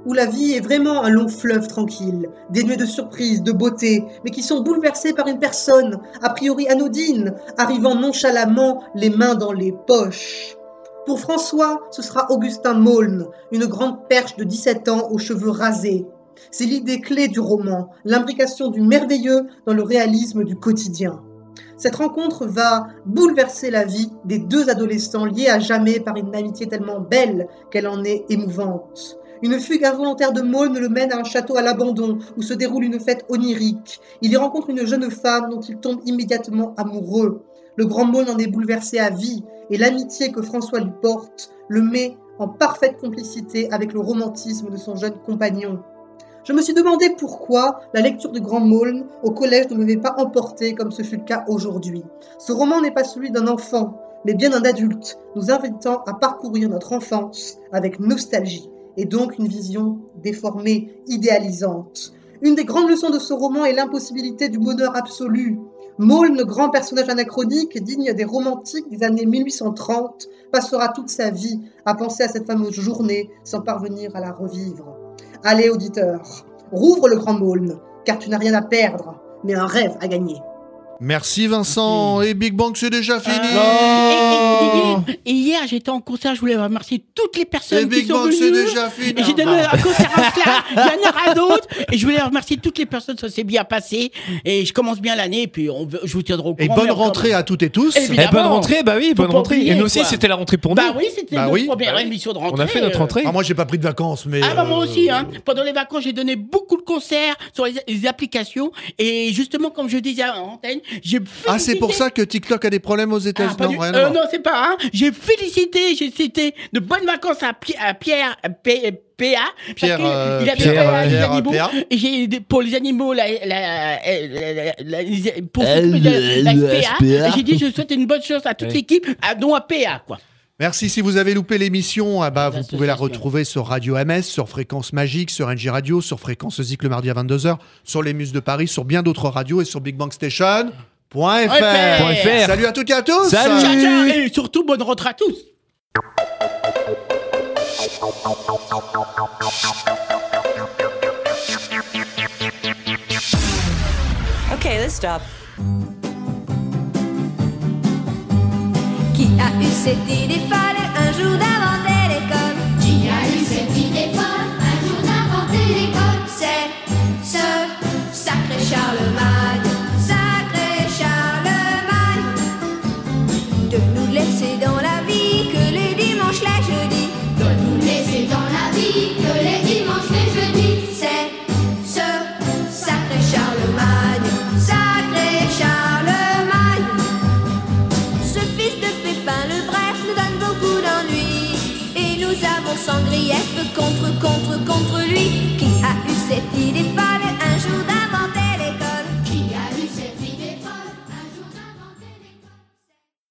S18: où la vie est vraiment un long fleuve tranquille, dénué de surprises, de beauté, mais qui sont bouleversés par une personne, a priori anodine, arrivant nonchalamment les mains dans les poches. Pour François, ce sera Augustin Maulne, une grande perche de 17 ans aux cheveux rasés. C'est l'idée clé du roman, l'imbrication du merveilleux dans le réalisme du quotidien. Cette rencontre va bouleverser la vie des deux adolescents liés à jamais par une amitié tellement belle qu'elle en est émouvante. Une fugue involontaire de Maulne le mène à un château à l'abandon où se déroule une fête onirique. Il y rencontre une jeune femme dont il tombe immédiatement amoureux. Le grand Maulne en est bouleversé à vie et l'amitié que François lui porte le met en parfaite complicité avec le romantisme de son jeune compagnon. Je me suis demandé pourquoi la lecture du Grand Maulne au collège ne m'avait pas emporté comme ce fut le cas aujourd'hui. Ce roman n'est pas celui d'un enfant, mais bien d'un adulte, nous invitant à parcourir notre enfance avec nostalgie et donc une vision déformée, idéalisante. Une des grandes leçons de ce roman est l'impossibilité du bonheur absolu. Maulne, grand personnage anachronique, digne des romantiques des années 1830, passera toute sa vie à penser à cette fameuse journée sans parvenir à la revivre. Allez, auditeur, rouvre le grand Maulne, car tu n'as rien à perdre, mais un rêve à gagner.
S16: Merci Vincent et Big Bang c'est déjà fini. Oh.
S2: Ah. Et, et- et hier, j'étais en concert, je voulais remercier toutes les
S16: Et
S2: personnes qui
S16: Eh, Big
S2: sont
S16: Bang,
S2: venues.
S16: c'est déjà fini. hein.
S2: Et j'ai donné un concert à cela, il y en aura d'autres. Et je voulais remercier toutes les personnes, ça s'est bien passé. Et je commence bien l'année, et puis on, veut- je vous tiendrai au
S16: Et
S2: courant.
S16: bonne
S2: mais en-
S16: rentrée à toutes et tous.
S2: Évidemment.
S3: Eh, bonne rentrée, bah oui, bonne
S2: pas
S3: rentrée.
S2: oublier,
S3: Et nous aussi,
S2: quoi.
S3: c'était la rentrée pour
S2: Bah
S3: nous.
S2: oui, c'était
S3: Bah
S2: notre
S3: oui.
S2: première émission de rentrée.
S3: On a fait notre
S2: euh.
S3: rentrée.
S16: Ah, moi j'ai pas pris de vacances mais
S2: Ah bah moi
S16: euh,
S2: aussi, hein. pendant les vacances j'ai donné beaucoup de concerts sur les, les applications et justement comme je disais en antenne, j'ai
S16: Ah, c'est pour
S2: félicité-
S16: ça que TikTok a des problèmes aux États-Unis.
S2: Pas
S16: non,
S2: du-
S16: rien à
S2: euh,
S16: voir.
S2: non, c'est pas. hein. J'ai félicité, j'ai cité de bonnes vacances à, Pi- à Pierre à P- PA. parce
S16: Pierre,
S2: que
S16: euh,
S2: il a
S16: Pierre,
S2: travaillé avec les
S16: Pierre,
S2: animaux.
S16: PA.
S2: Et j'ai des- pour les animaux, la, la, la- la- la- la- les- pour
S16: Euh,
S2: s'occuper de la,
S16: le
S2: la SPA,
S16: SPA.
S2: j'ai dit je souhaite une bonne chance à toute
S16: Ouais.
S2: l'équipe, à, dont à PA, quoi.
S16: Merci. Si vous avez loupé l'émission, ah bah, vous pouvez la retrouver sur Radio MS, sur Fréquence Magique, sur NG Radio, sur Fréquence Zik le mardi à 22h, sur Les Muses de Paris, sur bien d'autres radios et sur Big Bang Station. Point fr.
S2: Point fr.
S16: Salut à toutes et à tous.
S2: Ciao, ciao, et surtout bonne rentrée à tous.
S19: Okay, let's stop.
S13: Qui a eu cette idée folle un jour d'inventer l'école Qui a eu cette idée folle un jour d'inventer l'école C'est ce sacré Charlemagne, sacré Charlemagne, de nous laisser dans la vie que les dimanches, les jeudis. De nous laisser dans la vie que les dimanches, les jeudis. C'est ce sacré Charlemagne, sacré Charlemagne. Ce fils de Pépin le Bref nous donne beaucoup d'ennuis Et nous avons sans grief contre, contre, contre lui Qui a eu cette idée